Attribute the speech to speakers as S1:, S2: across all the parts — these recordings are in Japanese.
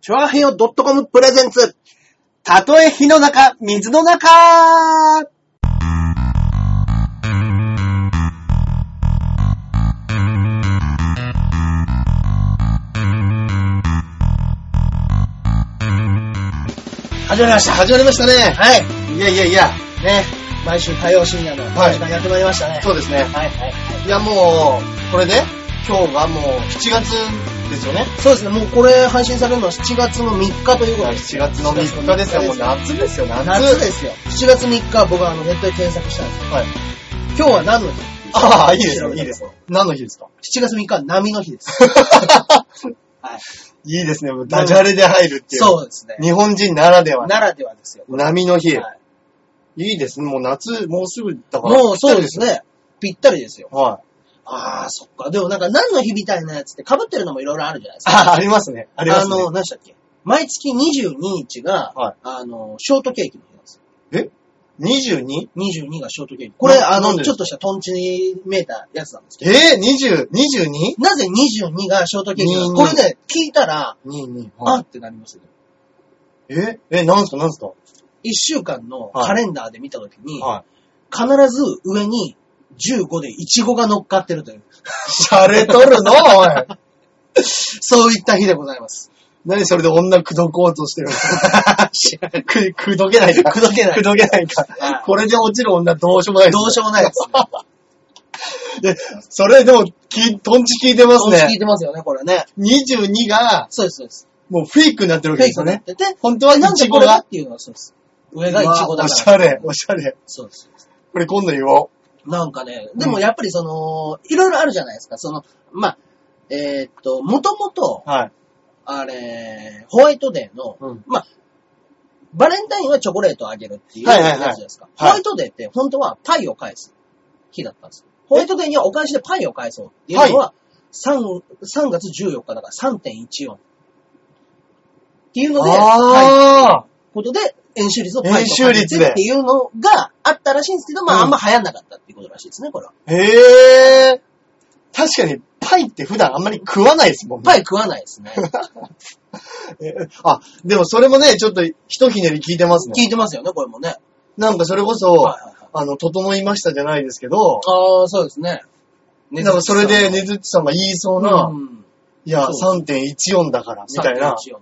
S1: チョアヘヨ .com プレゼンツ。たとえ火の中、水の中
S2: 始まりました。
S1: 始まりましたね。
S2: はい。
S1: いやいやいや、
S2: ね、毎週火曜深夜のこの時間やってまいりましたね。
S1: そうですね。
S2: はいはいはい。
S1: いやもう、これね、今日がもう7月ですよね。
S2: そうですね、もうこれ配信されるのは7月の3日ということです。
S1: 7月の3日ですよ。もう夏ですよ、夏。
S2: 夏ですよ。7月3日僕はあのネットで検索したんですよ。
S1: はい。
S2: 今日は何の日
S1: ああ、いいですよ、いいですよ。何の日ですか
S2: ?7 月3日は波の 日です。 はい。
S1: いいですね、もうダジャレで入るっていう。
S2: そうですね。
S1: 日本人ならではの
S2: ならではですよ。
S1: 波の日。
S2: はい
S1: いいですね。もう夏、もうすぐだから。
S2: もうそうですね。ぴったりですよ。
S1: はい。
S2: ああ、そっか。でもなんか何の日みたいなやつって被ってるのもいろいろあるじゃないですか。
S1: あ、あります ね。ありますね。
S2: あの、何でしたっけ毎月22日が、
S1: はい
S2: あの、ショートケーキの日なんですよ。
S1: 22?
S2: 22がショートケーキ。これ、
S1: な
S2: あ
S1: なん
S2: の、
S1: で
S2: ちょっとしたトンチに見えたやつなんですけど。
S1: えぇ、20、22?
S2: なぜ22がショートケーキなの
S1: 22
S2: これね、聞いたら、
S1: 22。
S2: あ
S1: はい
S2: ってなりますよね。
S1: ええ、なんすか、なんすか
S2: 1週間の
S1: はい
S2: カレンダーで見たときに、
S1: は
S2: 必ず上に15で15が乗っかってるという、
S1: い。シャレとるのおい。
S2: そういった日でございます。
S1: 何それで女くどこうとして るのく、くどけないか。
S2: くどけない
S1: くどけないか
S2: はい。
S1: これで落ちる女どうしようもないです
S2: どうしようもないです、ね。
S1: でそれでも、き、トンチ聞いてます
S2: 聞い
S1: ね。
S2: てますよね、これね。
S1: 22が、
S2: そうです、そうです。
S1: もうフェイクになってるわけ
S2: フェ
S1: で
S2: イ
S1: す
S2: ク
S1: よ
S2: にな
S1: ね
S2: っ。てて、
S1: 本当はイ
S2: なんで
S1: チ
S2: こ
S1: ゴ
S2: れがっ
S1: が。
S2: ていうのはそうです。上がイチゴだ
S1: おし
S2: から。
S1: ゃれ、おしゃれ。
S2: そうです。
S1: これ今度言おう。
S2: なんかね、でもやっぱりその、いろいろあるじゃないですか。その、まあ、えーっと、もともと、
S1: はい。
S2: あれ、ホワイトデーの、
S1: うん
S2: まあ、バレンタインはチョコレートをあげるっていう
S1: は
S2: や
S1: い
S2: つ
S1: はいは
S2: じゃ
S1: い
S2: ないですか。ホ
S1: はい
S2: ワイトデーって本当はパイを返す日だったんですよ。ホワイトデーにはお返しでパイを返そうっていうのは、3, 3月14日だから3.14。っていうので、はい。
S1: あ
S2: ことで、演習率のパイを
S1: 円
S2: 返
S1: 周
S2: し
S1: 率
S2: て
S1: で
S2: っていうのがあったらしいんですけど、ま
S1: うん
S2: ああんま流行んなかったっていうことらしいですね、これは。
S1: ー。へえ。確かに、パイって普段あんまり食わないですもんね。
S2: パイ食わないですね。
S1: えあ、でもそれもね、ちょっと、ひとひねり聞いてます
S2: 聞
S1: ね。
S2: いてますよね、これもね。
S1: なんかそれこ
S2: は
S1: そ
S2: いはいはい、
S1: あの、整いましたじゃないですけど、
S2: ああ、そうですね。ね
S1: なんかそれで、ねずっちさんが言いそうな、
S2: ん、
S1: いや、
S2: そ
S1: 3.14だから、みたいな。
S2: 3.14。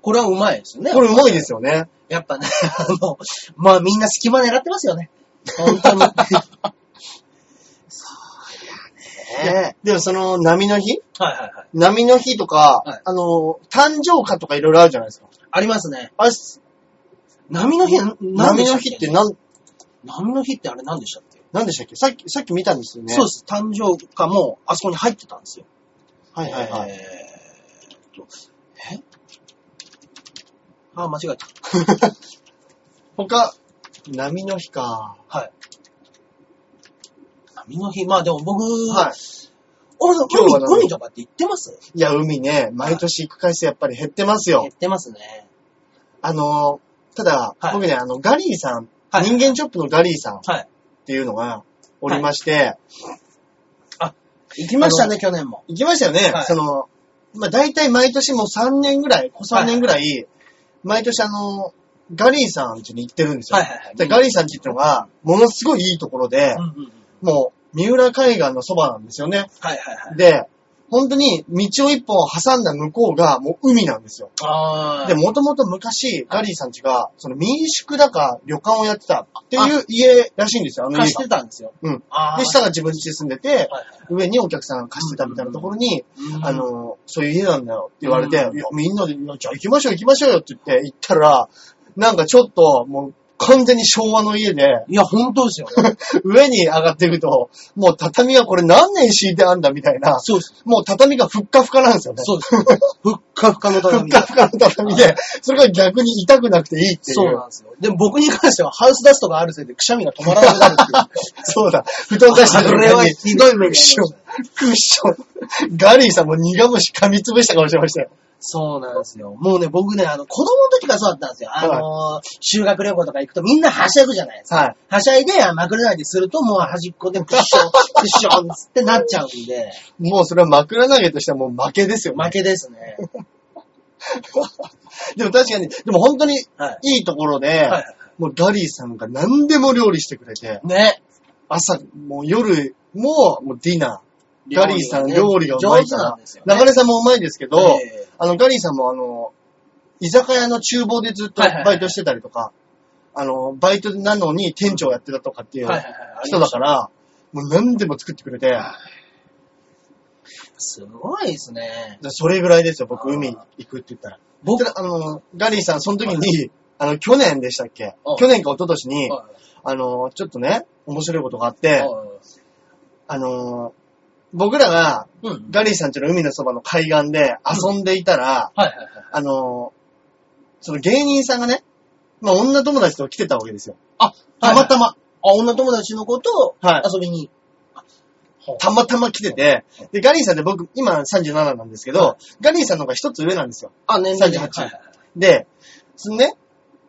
S2: これはうまい ですよね。
S1: これうまいですよね。
S2: やっぱね、 あの、まあみんな隙間狙ってますよね。本当に。はね
S1: いやでもその、波の日
S2: いはいはい。
S1: 波の日とか、
S2: はい
S1: あの、誕生花とかいろいろあるじゃないですか。
S2: ありますね。
S1: あれ、
S2: 波の日、何で
S1: 波
S2: した
S1: の
S2: っけ
S1: 日ってなん、
S2: 波の日ってあれ何でしたっけ、
S1: なんでしたっけさっき、さっき見たんですよね。
S2: そうです。誕生花もあそこに入ってたんですよ。
S1: はいはいはい。
S2: えーっと、えあー、間違えた。
S1: 他、波の日か。
S2: はい。波の日、まあでも僕、
S1: はい。
S2: 俺さん、
S1: 今日は何
S2: 海、海とかって行ってます
S1: いや、海ね、毎年行く回数やっぱり減ってますよ
S2: 行っ。てますね。
S1: あの、ただ、
S2: はい
S1: 僕ね、あの、ガリーさん、
S2: はい
S1: 人間チョップのガリーさんっ
S2: はい。
S1: ていうのがおりまして、
S2: 行きましたね、去年も。
S1: 行きましたよね、
S2: はい
S1: その、まあ、大体毎年もう3年ぐらい、ここ3年ぐらい、毎年あの、ガリーさん家に行ってるんですよ。
S2: はいはいはい
S1: でガリーさん家っていうのが、ものすごいいいところで、
S2: うんうんうん。
S1: もう、三浦海岸のそばなんですよね。
S2: はいはいはい。
S1: で、本当に道を一本挟んだ向こうがもう海なんですよ。
S2: あー
S1: で、もともと昔、ガリーさんちが、その民宿だか旅館をやってたっていう家らしいんですよ、あの
S2: 貸
S1: 家
S2: して
S1: が。
S2: たんですよ。
S1: うん。
S2: あー
S1: で、下が自分家住んでて、
S2: はいはい
S1: 上にお客さんが貸してたみたいなところに、
S2: うん
S1: あの、そういう家なんだよって言われて、
S2: う
S1: い
S2: ん
S1: や、みんなで、いやじゃあ行きましょう行きましょうよって言って行ったら、なんかちょっと、もう完全に昭和の家 で、
S2: いや、本当ですよね。
S1: 上に上がっていくと、もう畳がこれ何年敷いてあんだみたいな、
S2: そうです。
S1: もう畳がふっかふかなんですよね。
S2: そうです。ふっかふかの
S1: ふっ
S2: 畳
S1: かふかの畳で、それが逆に痛くなくていいっていう。
S2: そうなんですよ。でも僕に関してはハウスダストがあるせいでくしゃみが止まらなくなるっていう。
S1: そうだ。布団出した
S2: これはひどい
S1: クッ
S2: 目に遭いま
S1: シ
S2: し
S1: ョン。クッション。ガリーさんも苦虫噛みつぶした顔してましたよ。
S2: そうなんですよ。もうね、僕ね、あの、子供の時からそうだったんですよ。あのー修学旅行とか行くとみんなはしゃぐじゃないですか。
S1: はい。
S2: はしゃいで、あまくれないですると、もう端っこでクッ ション、クッションつってなっちゃうんで、
S1: もうそれは枕投げとしてはもう負けですよ、
S2: 負けですね。
S1: でも確かに、でも本当にい
S2: はい。
S1: いところで、
S2: は
S1: もうガリーさんが何でも料理してくれて、
S2: い。 ね。
S1: 朝、もう夜も、もうディナー。ガリーさん
S2: 料
S1: 料
S2: 理
S1: 理が
S2: がね
S1: うまい
S2: 上手
S1: か
S2: な
S1: ら
S2: んですよ、ね
S1: 流れさんもうまいんですけど、
S2: え
S1: あの、ガリーさんもあの、居酒屋の厨房でずっと
S2: はいはいはい
S1: バイトしてたりとか、あの、バイトなのに店長やってたとかってい
S2: え
S1: う
S2: はいはいはい。
S1: 人だから、もう何でも作ってくれて、
S2: すごいですね。
S1: それぐらいですよ、僕、
S2: あー
S1: 海に行くって言ったら。
S2: 僕
S1: ただあの、ガリーさん、その時に、あの、去年でしたっけ
S2: うん
S1: 去年か一昨年に、
S2: は
S1: あの、ちょっとね、面白いことがあっ
S2: い
S1: て、
S2: はい
S1: あの、僕らが、
S2: うん。
S1: ガリーさんちの海のそばの海岸で遊んでいたら、
S2: はいはいはい。
S1: あの、その芸人さんがね、まあ、女友達と来てたわけですよ。
S2: あ、
S1: たまたま、
S2: あ、女友達の子と
S1: はい
S2: 遊びに。
S1: たまたま来てて、で、ガリーさんって僕、今37なんですけど、ガリーさんの方が一つ上なんですよ。
S2: あ、年齢で
S1: 38
S2: はいはいはい
S1: で、そのね、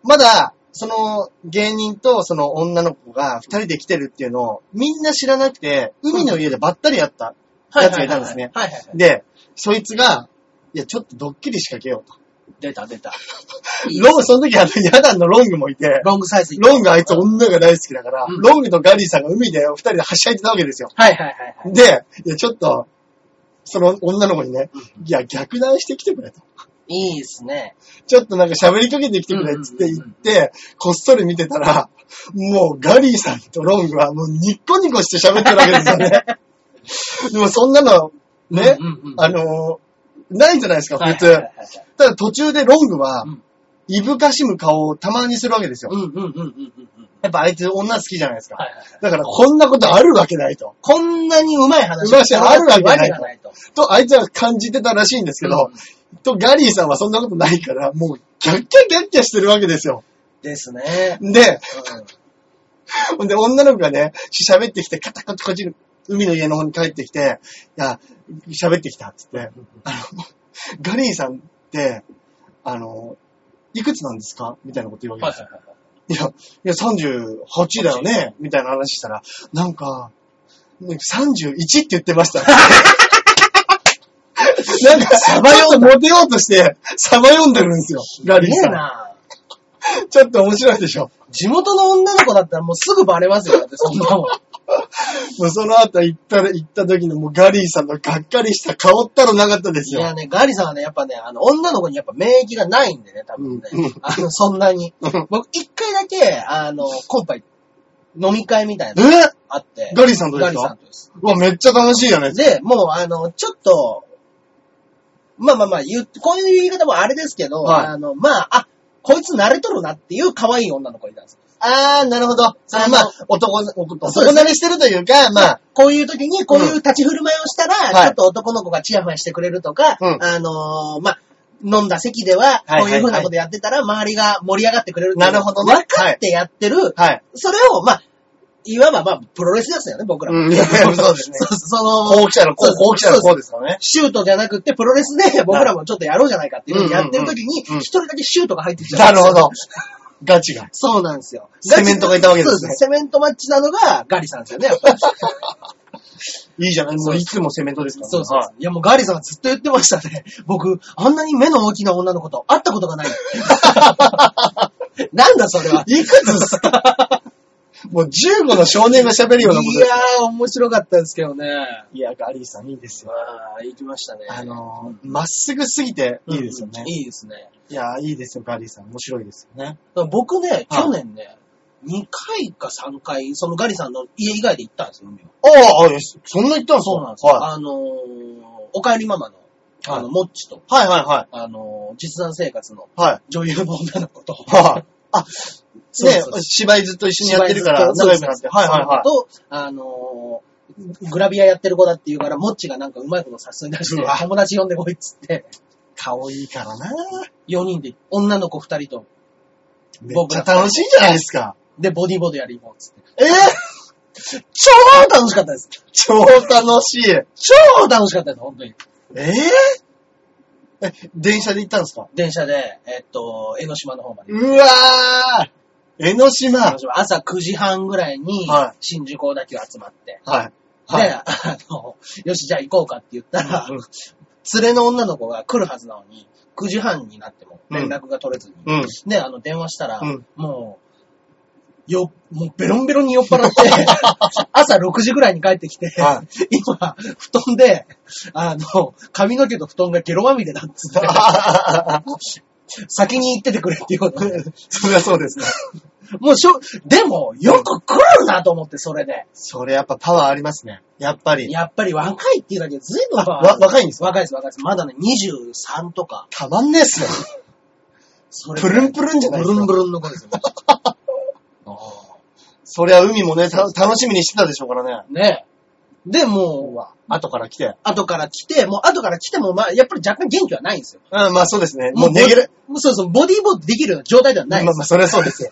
S1: まだ、その芸人とその女の子が二人で来てるっていうのをみんな知らなくて、海の家でばったりやったやつがいたんですね。
S2: はいはいはいはい。
S1: で、そいつが、いや、ちょっとドッキリ仕掛けようと。
S2: 出た出た。
S1: ロン、その時あの、ヤダンのロングもいて、
S2: ロングサイズいった
S1: ロングあいつ女が大好きだから、
S2: うん
S1: ロングとガリーさんが海で二人ではしゃいでたわけですよ。
S2: はいはいはいはい。
S1: で、いや、ちょっと、その女の子にね、いや、逆談してきてくれと。
S2: いいですね。
S1: ちょっとなんか喋りかけてきてくれっつって言って、こっそり見てたら、もうガリーさんとロングはもうニッコニコして喋ってるわけですよね。 でもそんなの、ね、
S2: うんうんうん
S1: あのーないじゃないですか、
S2: はい
S1: 普通
S2: はいはい。はい
S1: ただ途中でロングは
S2: うん、
S1: いぶかしむ顔をたまにするわけですよ。
S2: うんうんうんうんうんうん。
S1: やっぱあいつ女好きじゃないですか。
S2: はいはいはい
S1: だからこんなことあるわけないと。
S2: こんなにうまい話
S1: うまい話あるわけない
S2: がないと。
S1: と、あいつは感じてたらしいんですけど、と、ガリーさんはそんなことないから、もう、ギャッキャギャッキャしてるわけですよ。
S2: ですね。
S1: で、
S2: うん
S1: ほ んで、女の子がね、喋ってきて、カタカタこっち、海の家の方に帰ってきて、いや、喋ってきたっつって、あの、 ガリーさんって、あの、いくつなんですかみたいなこと言うわけ
S2: はい
S1: で
S2: はい
S1: すよ。
S2: はい
S1: いや、いや、38だよねみたいな話したら、なんか、なんか31って言ってま した。なんか、サバようとモテようとして、サバ読んでるんですよ。ガリー
S2: ねえ
S1: さ
S2: な。
S1: ん。ちょっと面白いでしょ。
S2: 地元の女の子だったらもうすぐバレますよ。だって そんなもん。
S1: もうその後行ったら、行った時のもうガリーさんのがっかりした顔ったらなかったです
S2: い
S1: よ。
S2: やね、ガリさんはね、やっぱね、あの、女の子にやっぱ免疫がないんでね、多分ね。
S1: うん
S2: あの、そんなに
S1: うん。
S2: 僕、一回だけ、あの、コンパ、飲み会みたい
S1: え
S2: なのあって。
S1: ガリさんとですか
S2: ガリさんとです。
S1: うわ、めっちゃ楽しいよね。
S2: で、もう、あの、ちょっと、まあまあまあ、言うこういう言い方もあれですけど、
S1: はい
S2: あの、まあ、あ、こいつ慣れとるなっていう可愛い女の子いたんですよ。
S1: あー、なるほど。それま
S2: あ
S1: あ、男、男
S2: そうですね
S1: 慣れしてるというか、まあ、
S2: こういう時に、こういう立ち振る舞いをしたら、
S1: んはい
S2: ちょっと男の子がチヤホヤしてくれるとか、
S1: うん
S2: あのーまあ、飲んだ席では、
S1: はいはいはい
S2: こういう風なことやってたら、周りが盛り上がってくれるっていう
S1: なるほどね
S2: 分かってやってる。
S1: はい。
S2: それを、まあ、いわば、まあ、プロレスですよね、僕ら。
S1: うんいやそうですね
S2: そうそうそ
S1: こ
S2: の、
S1: う来たらこう、こう来たらこうですからね。
S2: シュートじゃなくて、プロレスで僕らもちょっとやろうじゃないかっていう風にやってる時に、
S1: うんうんうんうん
S2: 一人だけシュートが入ってきちゃ
S1: な
S2: うんで
S1: る
S2: すよ
S1: ほど。 ガチが。
S2: そうなんですよ。
S1: セメントがいたわけですね
S2: そうセメントマッチなのがガリさんですよね、 やっぱり。
S1: いいじゃないも
S2: そうう
S1: いつもセメントですからね。
S2: そうそう
S1: は
S2: そ。
S1: いう
S2: いや、もうガリさんはずっと言ってましたね。 僕、あんなに目の大きな女の子と会ったことがない。 なんだそれは。いくつすか
S1: もう15の少年が喋る
S2: い
S1: ようなことで
S2: やー、面白かったですけどね。
S1: いや、ガリーさんいいです
S2: ま
S1: よ。
S2: あ、行きましたね。
S1: あのー、まっすぐすぎていいですよね。
S2: いいですね。
S1: いや、いいですよ、ガリーさん。面白いですよね。
S2: だから僕ね、去年ね、2回か3回、そのガリさんの家以外で行ったんですよ、海を
S1: ああ、そんな言ったん
S2: そうなんですよ。あのー、おかえりママの、
S1: はい
S2: あの、もっちと、
S1: はいはいはい。
S2: あのー、実弾生活の
S1: はい。
S2: 女優の女の子と、
S1: はい。あ、
S2: そう
S1: ね
S2: そうそう、
S1: 芝居ずっと一緒にやってるから、
S2: そ
S1: 仲
S2: うで
S1: 良
S2: す
S1: くなって。はいはいはい。
S2: と、あのーグラビアやってる子だって言うから、もっちがなんかうまいことさすに出して
S1: うわ、
S2: 友達呼んでこいっつって、
S1: 顔いいからな
S2: 4人で、女の子2人と、
S1: めっちゃ楽しいじゃないですか。
S2: で、ボディーボードやりもうっつって。
S1: えー
S2: 超楽しかったです
S1: 超楽しい。
S2: 超楽しかったです、本当に。
S1: えー、え、電車で行ったんですか
S2: 電車で、えっと、江ノ島の方まで。
S1: うわー江ノ島はい。
S2: 朝9時半ぐらいに
S1: はい、
S2: 新宿大田急集まって、
S1: はい。
S2: で、あの、よし、じゃあ行こうかって言ったら、
S1: うん
S2: 連れの女の子が来るはずなのに、 9時半になっても連絡が取れずに、
S1: うん。
S2: ね、あの、電話したら、
S1: うん
S2: もう、よ、もうベロンベロンに酔っ払 って、朝6時ぐらいに帰ってきて、
S1: は
S2: 今、布団で、あの、髪の毛と布団がゲロまみれだっつって、 先に行っててくれっていうことで
S1: そりゃそうですね。
S2: もうしょ、でも、よく来るなと思って、それで。
S1: それやっぱパワーありますね。やっぱり。
S2: やっぱり若いっていうだけで随分
S1: わ若いんですか
S2: 若いです、若いです。まだね、23とか。
S1: たまんねえっすよ。
S2: それ
S1: プルンプルンじゃないですか
S2: ブルンブルンの子ですよ。あー
S1: そりゃ海もね、た楽しみにしてたでしょうからね。
S2: ねえ。で、もう、
S1: 後から来て。
S2: 後から来て、もう後から来ても、まあ、やっぱり若干元気はないんですよ。
S1: うん、まあそうですね。もう寝れる。
S2: もうそうそう、ボディーボードできるような状態では
S1: ま
S2: な
S1: あ
S2: いん
S1: ま
S2: で
S1: あ
S2: す。、
S1: そりゃそうですよ。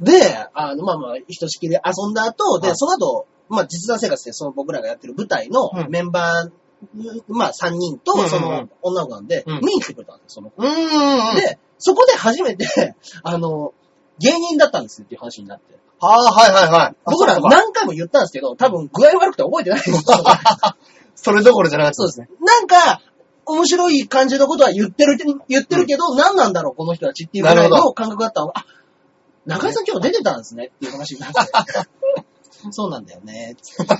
S2: で、あの、まあまあ、ひとしきり遊んだ後、
S1: は
S2: で、
S1: い
S2: その後、まあ、実弾生活で、その僕らがやってる舞台の
S1: うん
S2: メンバー、まあ、3人と
S1: うんうんう、ん
S2: その女の子なんで、
S1: うん
S2: 見に来てくれたんですよ、その子。
S1: うーん。
S2: で、そこで初めて、 あの、芸人だったんですよっていう話になって。
S1: ああ、はいはいはい。あ
S2: 僕ら
S1: そうか
S2: 何回も言ったんですけど、多分具合悪くて覚えてない んですよ。
S1: それどころじゃなかった
S2: そう
S1: で
S2: ですす
S1: ね
S2: ね。。なんか、面白い感じのことは言ってるけ、言ってるけど、何なんだろう、この人たちっていうぐらい
S1: なるほ
S2: の感覚だったのが、あ、中井さん今日出てたんですねっていう話 になって。そうなんだよね。つって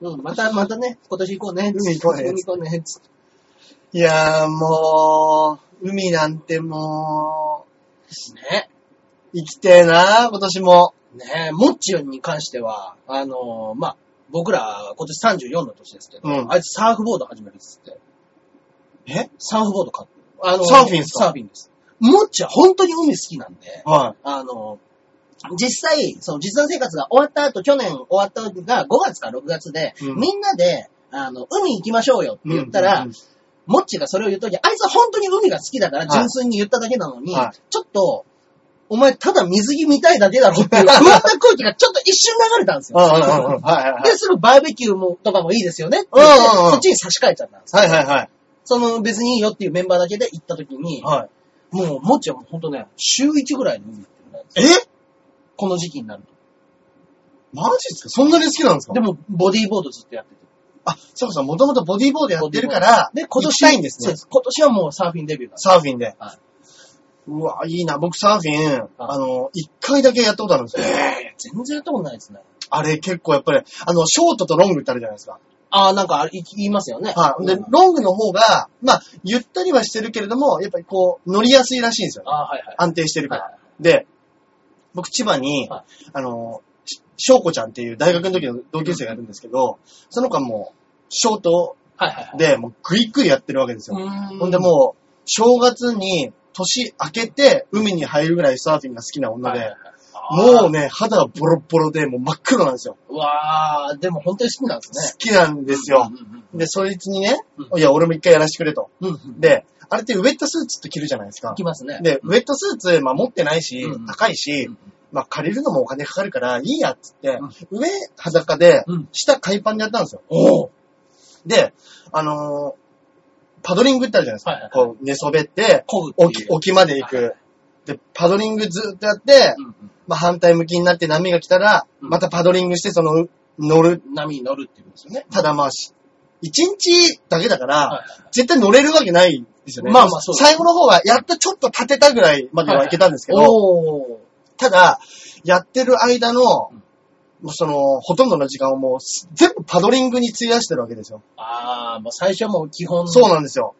S2: うん、また、またね、今年行こうね。
S1: 海行こうね
S2: 海行こうね。つって
S1: いやーもう、海なんても
S2: ね。
S1: う、生きてえな今年も。
S2: ねえ、もっちゅんに関しては、あのーまあ、僕ら今年34の年ですけど、
S1: うん
S2: あいつサーフボード始めるっつって。
S1: え
S2: サーフボード買って。あの
S1: サーフィンですか
S2: サーフィンです。もっちは本当に海好きなんで、
S1: は
S2: あのー実際、その実際生活が終わった後、去年終わった時が5月か6月で、
S1: うん
S2: みんなで、あの、海行きましょうよって
S1: い。
S2: 言った
S1: う
S2: ら、
S1: んうんうん
S2: もっちがそれを言うとき、あいつは本当に海が好きだか
S1: は
S2: ら
S1: い
S2: 純粋に言っただけなのに、
S1: は
S2: ちょっと、お前ただ水着見たいだけだろっ ていう不安な空気がちょっと一瞬流れたんです
S1: うんうんうんう
S2: よ。
S1: んはいはい
S2: で、すぐバーベキューもとかもいいですよねって言
S1: うんうんう
S2: っ
S1: ん
S2: て、そっちに差し替えちゃったんです。
S1: はい。はいはいはい。
S2: その別にいいよっていうメンバーだけで行ったときに、
S1: は
S2: もうもっちはもう本当ね、週1ぐらいの海行ってるんです。
S1: い。え
S2: この時期になると。
S1: マジですかそんなに好きなんですか
S2: でも、ボディーボードずっとやってて。
S1: あ、そうかそう、もともとボディーボードやってるから、
S2: で、今
S1: 行き
S2: 年
S1: たいんです
S2: そう
S1: ね
S2: で。す。今年はもうサーフィンデビューなんです。
S1: サーフィンで。
S2: はいう
S1: わ、いいな。僕サーフィン、あの、一回だけやったことあるんですよ。
S2: 全然やったことないですね。
S1: あれ結構やっぱり、あの、ショートとロングってあるじゃないですか。
S2: ああ、なんかあれ言いますよね。
S1: はい。で
S2: うん、
S1: ロングの方が、まあ、ゆったりはしてるけれども、やっぱりこう、乗りやすいらしいんですよね。
S2: ああ、はいはい。
S1: 安定してるから。
S2: はい
S1: で、僕千葉に、
S2: は
S1: あの、し翔子ちゃんっていう大学の時の同級生がいるんですけど、その子はもう、ショート
S2: はいはいはい。
S1: で、もうグイグイやってるわけですよ。ほ
S2: ほ
S1: んでもう、正月に年明けて海に入るぐらいサーフィンが好きな
S2: う
S1: 女で、も
S2: も
S1: うね、肌がボロッボロで、もう真っ黒なんですよ。
S2: う、わー、でも本当に好きなんで
S1: 好
S2: す
S1: きなんです
S2: ね。
S1: よ。で、そいつにね、いや、俺も一回やらせてくれと。
S2: うんうんうん。
S1: で、あれってウェットスーツって着るじゃないですか
S2: 行。きますね。
S1: で、ウェットスーツ、まあ持ってないし
S2: う、ん
S1: 高い
S2: うん
S1: し
S2: う、ん
S1: まあ借りるのもお金かかるから、いいやっつって、上裸で
S2: うん、
S1: 下海パンでやったんですよ。
S2: おー
S1: で、あのーパドリングってあるじゃないです
S2: はいは
S1: か。
S2: い
S1: こう寝そべって、
S2: こぐって
S1: 沖
S2: いう。
S1: 沖まで行
S2: はいは
S1: く。で、パドリングずっとやって
S2: う、んう
S1: まあ反対向きになって波が来たら、
S2: うん
S1: またパドリングして、その、乗る、
S2: ん。波に乗るっていうんですよね。
S1: ただ回し。一日だけだから、
S2: はいはい
S1: 絶対乗れるわけないですよね。
S2: まあまあそうです
S1: 最後の方は、やっとちょっと立てたぐらいまではいけたんですけど、
S2: おー。
S1: ただ、やってる間の、
S2: うん
S1: もうその、ほとんどの時間をもうす、全部パドリングに費やしてるわけですよ。
S2: あー、もう最初はもう基本。
S1: そう
S2: う
S1: なんですよ。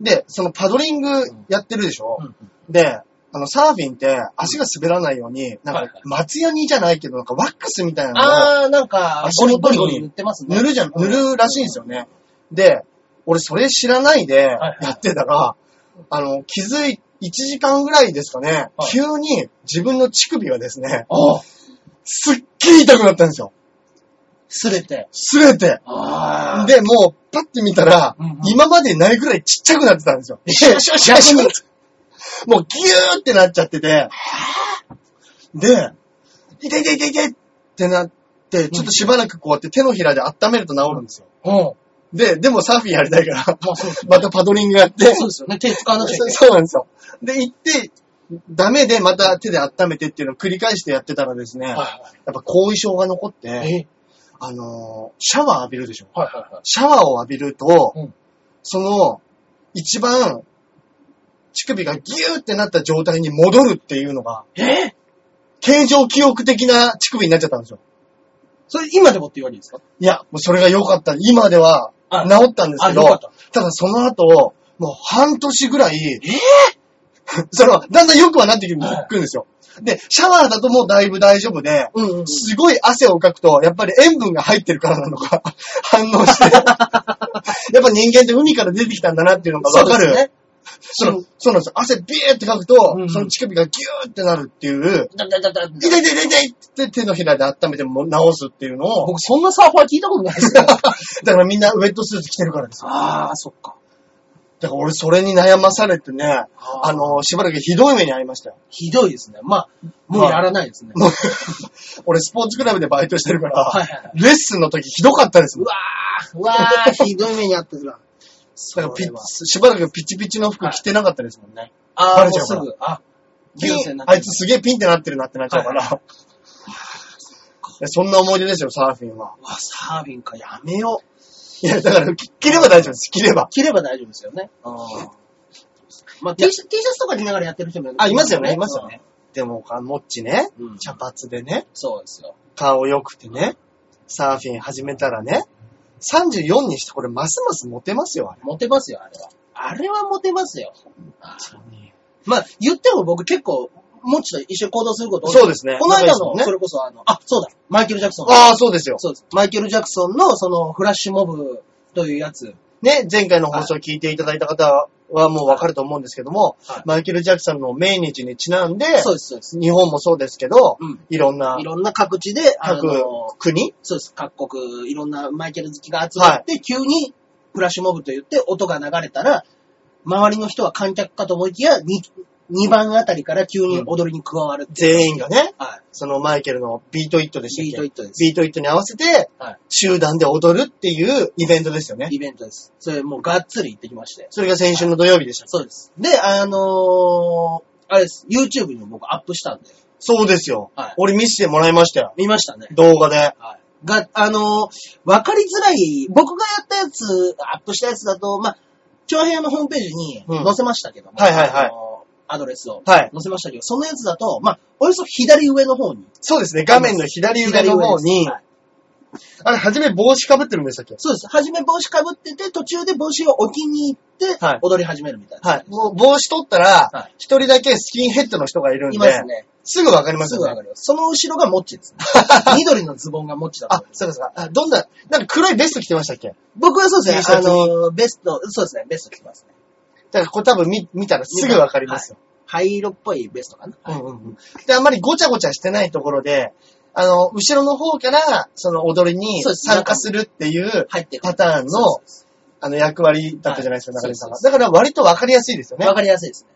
S1: で、そのパドリングやってるでしょ、
S2: んうん。
S1: で、あの、サーフィンって足が滑らないように、な
S2: は
S1: ん
S2: い
S1: か
S2: はい、
S1: 松ヤニじゃないけど、なんかワックスみたいな
S2: あー、なんか、
S1: 足の
S2: ゴリゴ
S1: ゴリゴリ
S2: リ塗ってます
S1: の
S2: ね。
S1: を塗るじゃん、塗るらしいんですよね。で、俺それ知らないで
S2: はい
S1: やってたら、あの、気づい、1時間ぐらいですかね、
S2: はい
S1: 急に自分の乳首がですね、
S2: あー、
S1: すっげえ痛くなったんですよ。
S2: すれて。
S1: すれて。
S2: あで、
S1: で、もう、パッて見たら、
S2: うんうん
S1: 今までないぐらいちっちゃくなってたんですよ。
S2: 逆に
S1: もうギューってなっちゃってて、で、痛い痛い痛い痛いってなって、ちょっとしばらくこうやって手のひらで温めると治るんですよ。
S2: うん。ま
S1: で、でもサーフィンやりたいから、
S2: あそうですよね。
S1: またパドリングやって、
S2: そう ですよね。手使わなきゃいけ
S1: そ
S2: ない。
S1: そうなんですよ。で、行って、ダメでまた手で温めてっていうのを繰り返してやってたらですね、やっ
S2: は
S1: ぱ後遺症が残っ
S2: いは
S1: て、
S2: い。え
S1: あのーシャワー浴びるでしょ。
S2: はいはいはい。
S1: シャワーを浴びると、
S2: うん
S1: その、一番、乳首がギューってなった状態に戻るっていうのが、
S2: え
S1: 形状記憶的な乳首になっちゃったんですよ。
S2: それ今でもって言われるんですか
S1: いや、もうそれが良かった。今では
S2: あ
S1: 治ったんです
S2: あ、
S1: け
S2: よかっ
S1: ど、た
S2: た。
S1: だその後、もう半年ぐらい、その、だんだん良くはなってくる
S2: はい
S1: くるんですよ。で、シャワーだともうだいぶ大丈夫で、
S2: うんうんうん。
S1: すごい汗をかくと、やっぱり塩分が入ってるからなのか、 反応して。 やっぱ人間って海から出てきたんだなっていうのがわか
S2: そう
S1: る。
S2: ですね。
S1: そのそうなんですよ。汗ビーってかくと、
S2: うん
S1: その乳首がギューってなるっていう、
S2: だだだだ
S1: 痛い痛い痛い痛いって手のひらで温めても直すっていうのを、
S2: 僕そんなサーファー聞いたことないですよ。
S1: だからみんなウェットスーツ着てるからですよ。
S2: ああ、そっか。
S1: だから俺それに悩まされてね、あ
S2: あの、
S1: の、しばらくひどい目に遭いま したよ。
S2: ひどいですね。まあ、もうやらないですね。
S1: もう俺スポーツクラブでバイトしてるから、
S2: はいはいはい。
S1: レッスンの時ひどかったです
S2: う
S1: もん。
S2: わー、うわー、ひどい目にあってるな。
S1: だからピ
S2: それは
S1: しばらくピチピチの服着てなかったですもんね。
S2: あ
S1: バ
S2: あ、
S1: レ
S2: も
S1: ち
S2: う
S1: ゃうか
S2: す
S1: ら
S2: ぐ、あ、
S1: ピ
S2: 行政に
S1: ン
S2: なっ
S1: あ
S2: て
S1: いつすげえピンってなってるなってなっちゃうから。 そんな思い出ですよ、サーフィンは。
S2: うわ、サーフィンか、やめよう。
S1: いや、だから、き着れば大丈夫です、着れば。
S2: 切れば大丈夫ですよね。あまあ、T シャ T シャツとか着ながらやってる人もいる
S1: あ、いますよね、いますよ。ね。でも、かもっちね、
S2: うん
S1: 茶髪でね、
S2: そうですよ。
S1: 顔良くてね、サーフィン始めたらね、34にしてこれますますモテますよ、あれ。
S2: モテますよ、あれは。あれはモテますよ。まあ、言っても僕結構、もっちと一緒に行動すること多い
S1: そうですね
S2: この間
S1: 仲いいですも
S2: の、
S1: んね
S2: それこそあの、あ、そうだ、マイケル・ジャクソン。
S1: ああ、そうですよ。
S2: そうです。マイケル・ジャクソンの、その、フラッシュモブというやつ。
S1: ね、前回の放送を聞いていただいた方はもうわかると思うんですけども、
S2: はい
S1: マイケル・ジャクソンの命日にちなんで、
S2: そうです、そうです。
S1: 日本もそうですけど、
S2: うん。
S1: いろんない
S2: ろんな各地で、あの
S1: 各国
S2: そうです。各国、いろんなマイケル好きが集まって、急にフラッシュモブと言って音が流れたら、周りの人は観客かと思いきや、2, 番あたりから急に踊りに加わるっていう
S1: 全員がね、
S2: は
S1: そのマイケルのビートイットで
S2: い。
S1: したっ
S2: ビ
S1: け
S2: ートイットです。
S1: ビートイットに合わせて
S2: はい、
S1: 集団で踊るっていうイベントですよね。
S2: イベントです。それもうがっつり行ってきまして。
S1: それが先週の土曜日でした。
S2: そうです。で、あのーあれです。YouTube にも僕アップしたんで、
S1: そうですよ
S2: はい。
S1: 俺見せてもらいましたよ。
S2: 見ましたね。
S1: 動画で。
S2: はい。が、あのーわかりづらい、僕がやったやつ、アップしたやつだと、まあ、長編のホームページに
S1: うん
S2: 載せましたけども、
S1: はいはいはい
S2: あのーアドレスを
S1: は
S2: 載
S1: い。
S2: せましたけど、そのやつだと、まあ、およそ左上の方に。
S1: そうですね。画面の左上の方
S2: 左上で
S1: に
S2: す、はい
S1: あれ、初め帽子かぶってるんでしたっけ
S2: そうです。はじめ帽子かぶってて、途中で帽子を置きに行って
S1: はい、
S2: 踊り始めるみたいな。
S1: はい。もう帽子取ったら
S2: はい、
S1: 一人だけスキンヘッドの人がいるん
S2: います
S1: で、
S2: ね。
S1: すぐわかります
S2: すぐ
S1: よ
S2: わ
S1: ね
S2: か。ります。その後ろがモッ チですね。緑のズボンがモッチだった
S1: あ。、そうですか。あどんな、なんか黒いベスト着てましたっけ
S2: 僕はそうです
S1: T シ
S2: ね。
S1: ャ
S2: あ
S1: ツに
S2: の、ベスト、そうですね、ベスト着てますね。
S1: だからこれ多分見見たらすぐわかりますよ。
S2: 灰色っぽいベストかな。
S1: うんうんうんで、あんまりごちゃごちゃしてないところで、あの、後ろの方から、その踊りに
S2: そうです
S1: 参加するっていう
S2: 入ってく
S1: パ
S2: る。
S1: ターンの
S2: そう、です
S1: あの、役割だったじゃないですか、
S2: はい
S1: 中根さんが。
S2: そ
S1: だから割とわかりやすいですよね。
S2: わかりやすいですね。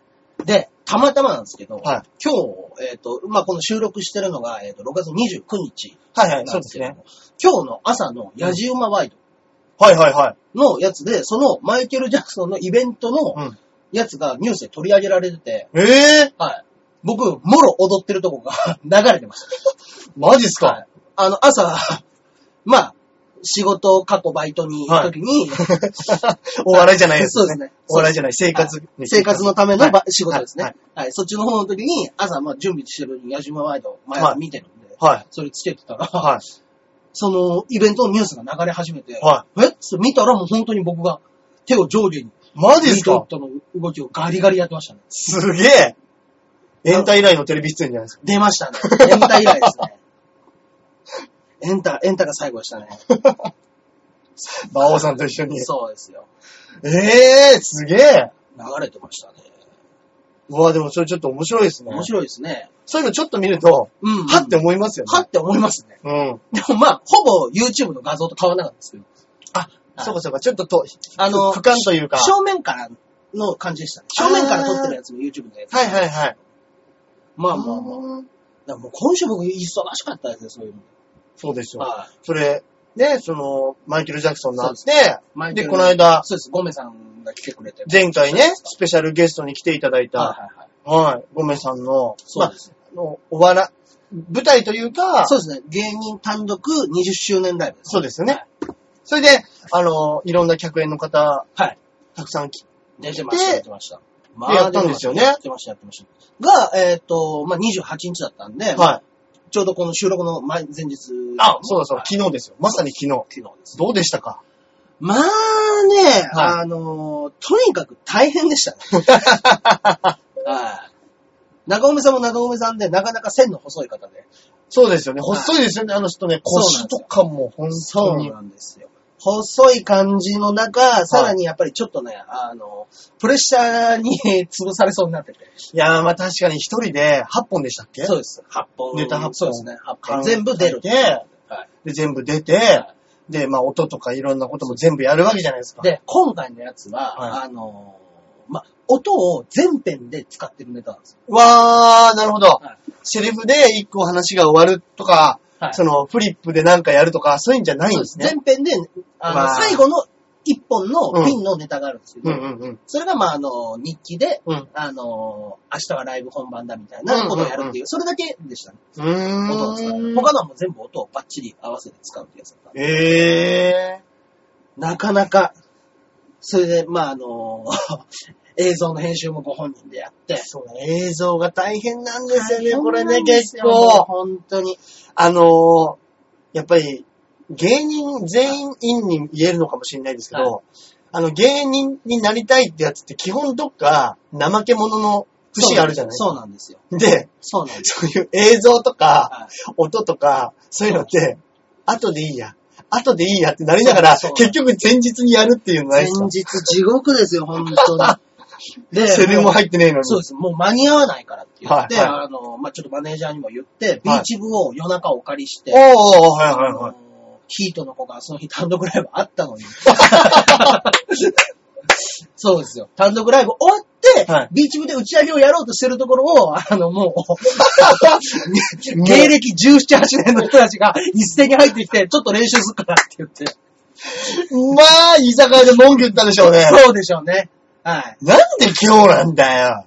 S2: で、たまたまなんですけど、
S1: はい
S2: 今日、えっ、と、まあ、この収録してるのが、えっ、と、6月29日
S1: はいは、
S2: ないん
S1: そう
S2: で
S1: ですす
S2: けど
S1: ね
S2: も。、今日の朝のヤジウマワイド
S1: はいはいはい。
S2: のやつで、そのマイケル・ジャクソンのイベント
S1: う
S2: の
S1: ん
S2: やつがニュースで取り上げられてて、
S1: ええ
S2: はい。僕、もろ踊ってるとこが 流れてました。
S1: マジっすか、
S2: はいあの、朝、まあ、仕事、過去バイトに行くときに、
S1: お笑いじゃないです、
S2: そうですね。
S1: お笑いじゃない、生活、
S2: 生活のため
S1: は
S2: の
S1: い
S2: ば仕事ですね。
S1: は
S2: はいい。そっちの方の時に、朝、まあ、準備してる矢島ワイド、前を見てるんで、
S1: はい。
S2: それつけてたら、
S1: はい。
S2: その、イベントのニュースが流れ始めて、
S1: は
S2: えっつって見たらもう本当に僕が手を上下に、
S1: マジっ
S2: ビ
S1: す
S2: ートイッ
S1: か
S2: トの動きをガリガリやってましたね。
S1: すげえ。エンタ以来のテレビ出演じゃない ですか。
S2: 出ましたね。エンタ以来です ね。エンタ、エンタが最後でしたね。
S1: 馬王さんと一緒に。
S2: そうですよ。
S1: ええすげえ。
S2: 流れてましたね。
S1: うわ、でもそれちょっと面白いですね。
S2: 面白いですね。
S1: そういうのちょっと見ると、
S2: うんうん
S1: はって思いますよね。
S2: はって思いますね。
S1: うん。
S2: でもまあ、ほぼ YouTube の画像と変わらなかったですけど。
S1: あ、
S2: はい
S1: そうかそうか、ちょっとと、
S2: あの、
S1: 俯瞰というか。
S2: 正面からの感じでしたね。正面から撮ってるやつも YouTube のやつ。
S1: はいはいはい。
S2: まあまあまあ。だからもう今週僕忙しかったですね、そういう
S1: そうです
S2: の。
S1: よ。
S2: はい。
S1: それ、ね、その、マイケル・ジャクソンになっ
S2: そ
S1: て、
S2: マイケ
S1: で、
S2: ル
S1: この間、
S2: そうです、ゴメさんが来てくれて。
S1: 前回ね、スペシャルゲストに来ていただい
S2: は
S1: た、
S2: いはいはい。
S1: はい、ゴメさんの、
S2: そうです。
S1: まああの、お笑い、舞台というか、
S2: そうですね、芸人単独20周年ライブです。
S1: そうですよね
S2: はい。
S1: それで、あの、いろんな客演の方
S2: はい。
S1: たくさん来
S2: 出てました、
S1: で
S2: 出てました。ま
S1: やったんですよね
S2: やってました、やってました。が、えっ、と、まあ、28日だったんで、
S1: て、はい。
S2: ちょうどこの収録の前、前日。
S1: あ、そうだそうだ、
S2: はい
S1: 昨日ですよ。まさに昨日。
S2: 昨日です。
S1: どうでしたか
S2: まあね、
S1: は
S2: あのー、とにかく大変でしたね。 はい。中尾さんも中尾さんで、なかなか線の細い方で。
S1: そうですよね。
S2: はい
S1: 細いですよね、あの人ね。腰とかも本
S2: そ
S1: 当
S2: う
S1: に。
S2: なんですよ。細い感じの中、さらにやっぱりちょっとね、あの、プレッシャーに 潰されそうになってて。
S1: いやー、まあ確かに一人で8本でしたっけ
S2: そうです。8本。
S1: ネタ8本
S2: そうですね。8本。全部出る。
S1: で
S2: はい
S1: で、全部出て、で、まあ音とかいろんなことも全部やるわけじゃないですか。
S2: で、今回のやつは、
S1: は
S2: あの、ま、音を全編で使ってるネタなんですよ。
S1: わー、なるほど。
S2: は
S1: セリフで一個話が終わるとか、
S2: はい
S1: そのフリップでなんかやるとか、そういうんじゃないん
S2: そう
S1: で
S2: ですす
S1: ね。
S2: 全編で、あ
S1: わ
S2: の、
S1: あ
S2: 最後の1本のピンのネタがあるんですけ
S1: う
S2: ど、
S1: んうんうん。
S2: それが、まあ、あの、日記で、
S1: うん。
S2: あの、明日はライブ本番だみたいなことをやる
S1: うん
S2: っ
S1: うん
S2: ていう、それだけでしたね。
S1: うーん。
S2: 音を使う。他のはもう全部音をバッチリ合わせて使うってやつだったんで
S1: え
S2: なかなか、それで、まあ、あの、 映像の編集もご本人でやって
S1: ー。。そうね、映像が大変なんですよね、これ
S2: 大
S1: ね、
S2: 変なんです
S1: 結
S2: よもう
S1: 構。
S2: 本当に。
S1: あのー、やっぱり、芸人全員に言えるのかもしれないですけど、あの、芸人になりたいってやつって基本どっか怠け者の節があるじゃないですか。
S2: そうなんですよ。
S1: で、
S2: そうなんです
S1: そういう映像とか、
S2: はい
S1: 音とか、そういうのって、後でいいや。後でいいやってなりながら、
S2: そうそう
S1: 結局前日にやるっていうのない
S2: 前
S1: ですか
S2: 日地獄ですよ、本当に。 で
S1: セリフも入ってねえのに。
S2: そうです。もう間に合わないからって言って、
S1: はいは
S2: あの、まあ、ちょっとマネージャーにも言って、ビーチ部を夜中お借りして、
S1: おーおーはいはい
S2: あ
S1: はい。
S2: のヒートの子がその日単独ライブあっ たのに。そうですよ。単独ライブ終わって、
S1: はい
S2: ビーチ部で打ち上げをやろうとしてるところを、あの、も
S1: も
S2: う、
S1: う
S2: 芸歴17、8年の人たちが一斉に入ってきて、ちょっと練習するからって言って。
S1: まあ、居酒屋で文句言ったでしょうね。
S2: そうでしょうね。はい。
S1: なんで今日なんだよ。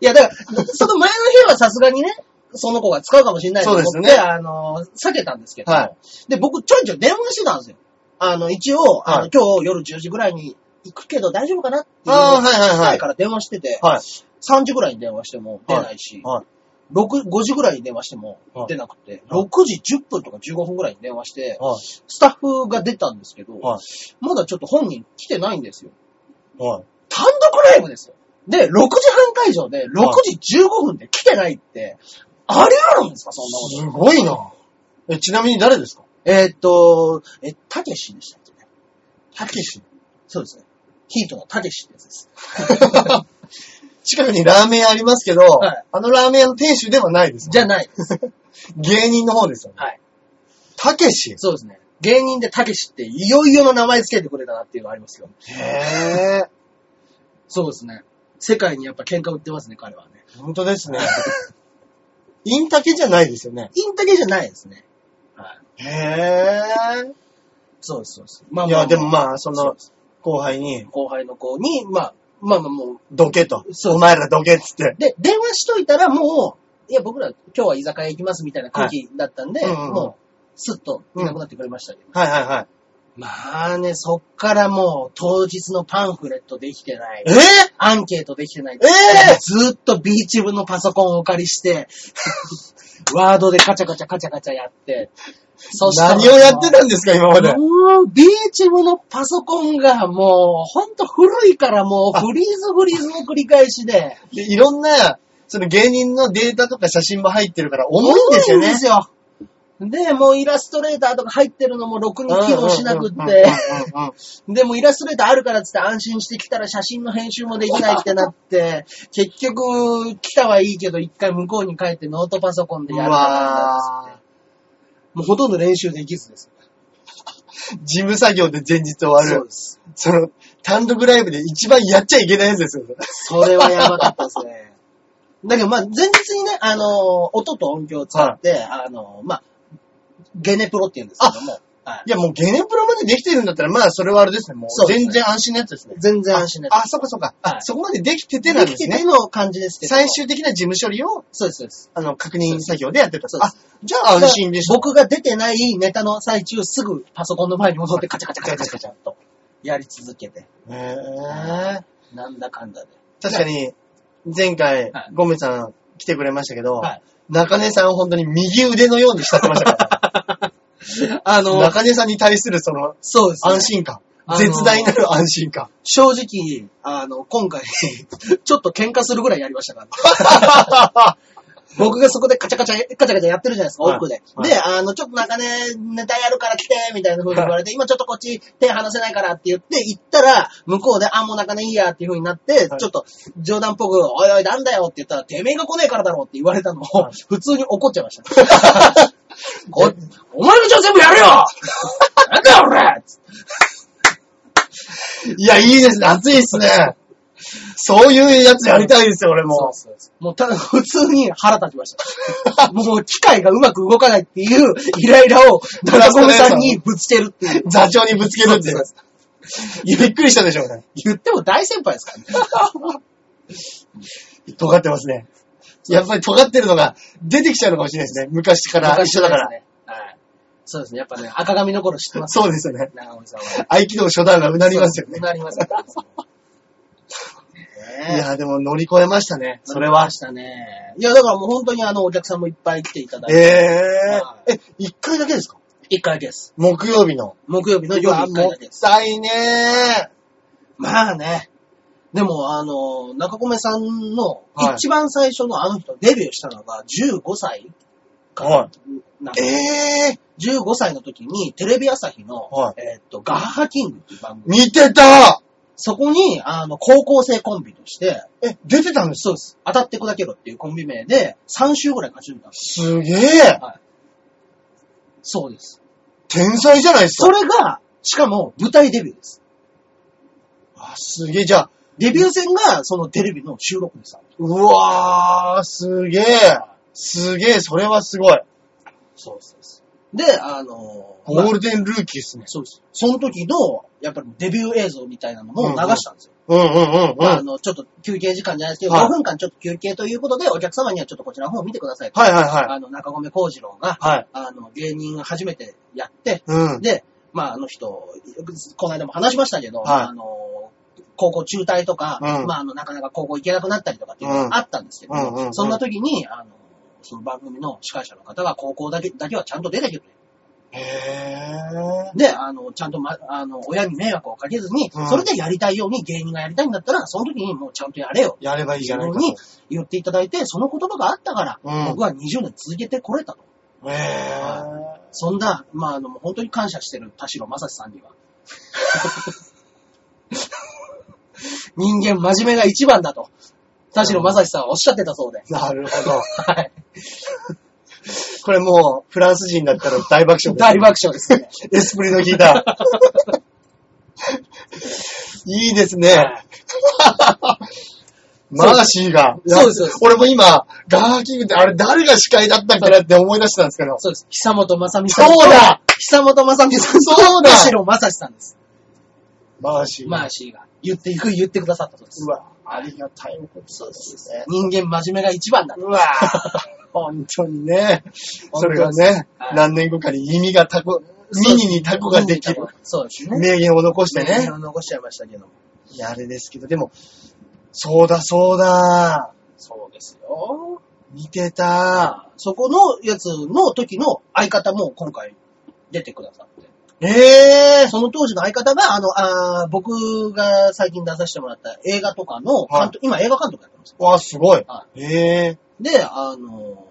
S2: いや、だから、その前の日はさすがにね、その子が使うかもしれないと思って、
S1: そうですね
S2: あの、避けたんですけど、
S1: は
S2: で、僕ちょいちょい電話してたんですよ。あの、一応、あ
S1: は
S2: の
S1: い
S2: 今日夜10時ぐらいに行くけど大丈夫かなっていうの
S1: ああ、
S2: を
S1: はいはいは
S2: 前
S1: い。
S2: から電話してて、
S1: はい。
S2: 3時ぐらいに電話しても出ないし、
S1: はい
S2: 六5時ぐらいに電話しても
S1: はい
S2: 出なくて、6時10分とか15分ぐらいに電話して、
S1: はい。
S2: スタッフが出たんですけど、
S1: はい
S2: まだちょっと本人来てないんですよ。
S1: はい。
S2: 単独ライブですよ。で、6時半会場で、6時15分で来てないって、あり得るんですか、そんなこと。
S1: すごいな。え、ちなみに誰ですか
S2: えーっと、え、たけしでしたっけね。
S1: たけし。
S2: そうですね。ヒートのたけしってやつです。
S1: 近くにラーメン屋ありますけど、
S2: はい
S1: あのラーメン屋の店主ではないです。
S2: じゃないです。
S1: 芸人の方ですよね。
S2: はい。
S1: たけし。
S2: そうですね。芸人でたけしって、いよいよの名前つけてくれたなっていうのがありますよ。
S1: へえ。
S2: そうですね。世界にやっぱ喧嘩売ってますね、彼はね。
S1: 本当です ね。インタケじゃないですよね。
S2: インタケじゃないですね。はい。
S1: へえ。
S2: そうです、そうです。ま
S1: いや、でもまあ、そ
S2: そう
S1: の
S2: で、す
S1: 後輩に、
S2: 後輩の子に、まあ、まあまあもう、
S1: どけと。お前らどけっつって。
S2: で、電話しといたらもう、いや、僕ら今日は居酒屋行きますみたいな空気だったんで、
S1: はいうんうんうん
S2: もう、すっといなくなってくれましたけど。
S1: はいはいはい。
S2: まあね、そっからもう、当日のパンフレットできてない
S1: え。
S2: アンケートできてない。
S1: ええ
S2: ずーっとビーチ部のパソコンをお借り して、ワードでカチャカチャカチャカチャやって、そしたら
S1: 何をやってたんですか、今まで。
S2: もうビーチ部のパソコンがもう、ほんと古いからもう、フリーズフリーズの繰り返しで、
S1: でいろんな、その芸人のデータとか写真も入ってるから、重いんですよ
S2: 重い
S1: ね
S2: んで。すよ。で、もうイラストレーターとか入ってるのもろくに機能しなく
S1: うんうんう
S2: っ
S1: んうん
S2: て、
S1: うんうん
S2: でもイラストレーターあるからっつって安心してきたら写真の編集もできないってなって、結局来たはいいけど一回向こうに帰ってノートパソコンでやるからなんだっつって。もうほとんど練習できずです。
S1: 事務作業で前日終わ
S2: そう
S1: る
S2: で。す。
S1: その、単独ライブで一番やっちゃいけないやつですよ。
S2: それはやばかったですね。だけどまあ前日にね、あの、音と音響を使って、あの、まあ、ゲネプロって言うんですけども、はい
S1: いや、もうゲネプロまでできてるんだったら、まあ、それはあれですね。も
S2: そう
S1: う、
S2: ですね
S1: 全然安心なやつですね。
S2: 全然安心です。
S1: あ、そっかそっか。
S2: は
S1: あ、
S2: い
S1: そこまでできててなんです
S2: できて
S1: ね
S2: て。の感じですけど。
S1: 最。終的な事務処理を、
S2: そうです、そうです。
S1: あの、確認作業でやってた
S2: そ。うで
S1: あ
S2: す、
S1: じゃあ安心でした。
S2: 僕が出てないネタの最中、すぐパソコンの前に戻ってカチャカチャカチャカチャカチャっと。やり続けて。
S1: へえ。
S2: なんだかんだで。
S1: 確かに、前回
S2: はい、
S1: ゴメさん来てくれましたけど、
S2: はい
S1: 中根さんを本当に右腕のように慕ってましたか
S2: あ
S1: ら、
S2: の、
S1: 中根さんに対するその
S2: そうです、ね
S1: 安。心感、
S2: あのー
S1: 絶大なる安心感。
S2: 正直、あの、今回、 ちょっと喧嘩するぐらいやりましたから、 僕がそこでカチャカチャ、カチャカチャやってるじゃないですか、
S1: はい
S2: 奥で。
S1: はい
S2: で、あの、ちょっとなんかね、ネタやるから来て、みたいな風に言われて、今ちょっとこっち手離せないからって言って、行ったら、向こうで、あ、もうなんかねいいやっていう風になって、
S1: はい
S2: ちょっと冗談っぽく、おいおい、なんだよって言ったら、てめえが来ねえからだろうって言われたのを、
S1: はい
S2: 普通に怒っちゃいま した。こお前のちは全部やるよなんだよ、俺
S1: いや、いいですね。熱いですね。そういうやつやりたいですよ、俺も。
S2: そうそうそうもうただ普通に腹立ちました。 もう機械がうまく動かないっていうイライラを、
S1: プラス
S2: 中
S1: の
S2: 込
S1: ね
S2: さんにぶつけるっていう。
S1: 座長にぶつけるっていう
S2: そうそ
S1: びっくりしたでしょうね。
S2: 言っても大先輩ですからね。
S1: 尖ってますね。やっぱり尖ってるのが出てきちゃうのかもしれないですね。昔から 一緒だから。
S2: 昔からですね。はい。そうですね。やっぱね、赤髪の頃知ってます。
S1: そうですよね。
S2: 中込さんは。
S1: 合気道初段がうなりますよね。
S2: なりますよ
S1: い
S2: ね。ねえ。
S1: や、でも乗り越えましたね。それは
S2: ま。したね。いや、だからもう本当にあの、お客さんもいっぱい来ていただ
S1: え
S2: いて。
S1: え
S2: は
S1: え、一回だけですか
S2: 一回だけです。
S1: 木曜日の。
S2: 木曜日の夜
S1: うわ
S2: 一回
S1: も
S2: だけで
S1: っ
S2: す。
S1: たいね
S2: まあね。でも、あの、中込さんの
S1: はい
S2: 一番最初のあの人、デビューしたのが15歳か
S1: は
S2: なん
S1: え
S2: か
S1: え
S2: 15歳の時にテレビ朝日の、
S1: は
S2: えーっと、ガッハキングっていう番組。
S1: 見てた
S2: そこに、あの、高校生コンビとして、
S1: え、出てたんです
S2: そうです。当たって砕けろっていうコンビ名で、3週ぐらい勝ち抜いたんです。
S1: すげえ
S2: そうです。
S1: 天才じゃないです
S2: そ
S1: か
S2: れが、しかも舞台デビューです。
S1: あすげえ、じゃあ、
S2: デビュー戦が、そのテレビの収録でした。
S1: うわー、すげえすげえ、それはすごい。
S2: そうですそうです。で、あの、
S1: ゴールデンルーキーっすね。
S2: そうです。その時の、やっぱりデビュー映像みたいなのも流したんですよ。
S1: うんうんうんうん。
S2: まあ、
S1: は
S2: あ
S1: い
S2: の、ちょっと休憩時間じゃないですけど、
S1: はい
S2: 5分間ちょっと休憩ということで、お客様にはちょっとこちらの方を見てくださいと。
S1: はいは
S2: あの、中込幸次郎が、
S1: い。はい。
S2: あの、芸人初めてやって、
S1: うん。
S2: で、まあ、あの人、この間も話しましたけど、
S1: はい
S2: あの、高校中退とか、
S1: うん
S2: まあ、あの、なかなか高校行けなくなったりとかっていうのがあったんですけど、
S1: うんうんうん
S2: そんな時に、あの、その番組の司会者の方が高校だけ、だけはちゃんと出てきてくれ
S1: へえ。
S2: で、あの、ちゃんと、ま、あの、親に迷惑をかけずに、
S1: うん
S2: それでやりたいように芸人がやりたいんだったら、その時にもうちゃんとやれよ。
S1: やればいいじゃないか
S2: に言っていただいて、その言葉があったから、
S1: うん
S2: 僕は20年続けてこれたと。
S1: と。へえ。
S2: そんな、まあ、あの、もう本当に感謝してる田代正史さんには。人間真面目が一番だと、田代正史さんはおっしゃってたそうで。
S1: なるほど。
S2: はい。
S1: これもう、フランス人だったら大爆笑です。
S2: 大爆笑ですね。
S1: エスプリの効いた。いいですね。マーシーが。いや
S2: そうですそうです
S1: 俺も今、ガーキングって、あれ誰が司会だったっけなって思い出したんですけど。
S2: そうです。久本正美さん。
S1: そうだ
S2: 久本正美さん。
S1: そうだ
S2: 田代正史さんです。
S1: マーシー。
S2: マーシーが言っていく、言ってくださったそうです
S1: う。わ、ありがたいことですね。
S2: 人間真面目が一番だ。
S1: うわ本当にね。それが
S2: 本当です
S1: ね、
S2: はい
S1: 何年後かに耳がタコ、耳にタコができる。
S2: そうですね。
S1: 名言を残して
S2: 名
S1: ね
S2: 言。を残しちゃいましたけども。
S1: いや、あれですけど、でも、そうだそうだ。
S2: そうですよ。
S1: 見てた。
S2: そこのやつの時の相方も今回出てくださって。
S1: ええ
S2: その当時の相方が、あの、あー僕が最近出させてもらった映画とかの監督、今映画監督やってます。
S1: わあ、すごい。
S2: は
S1: ええ
S2: で、あの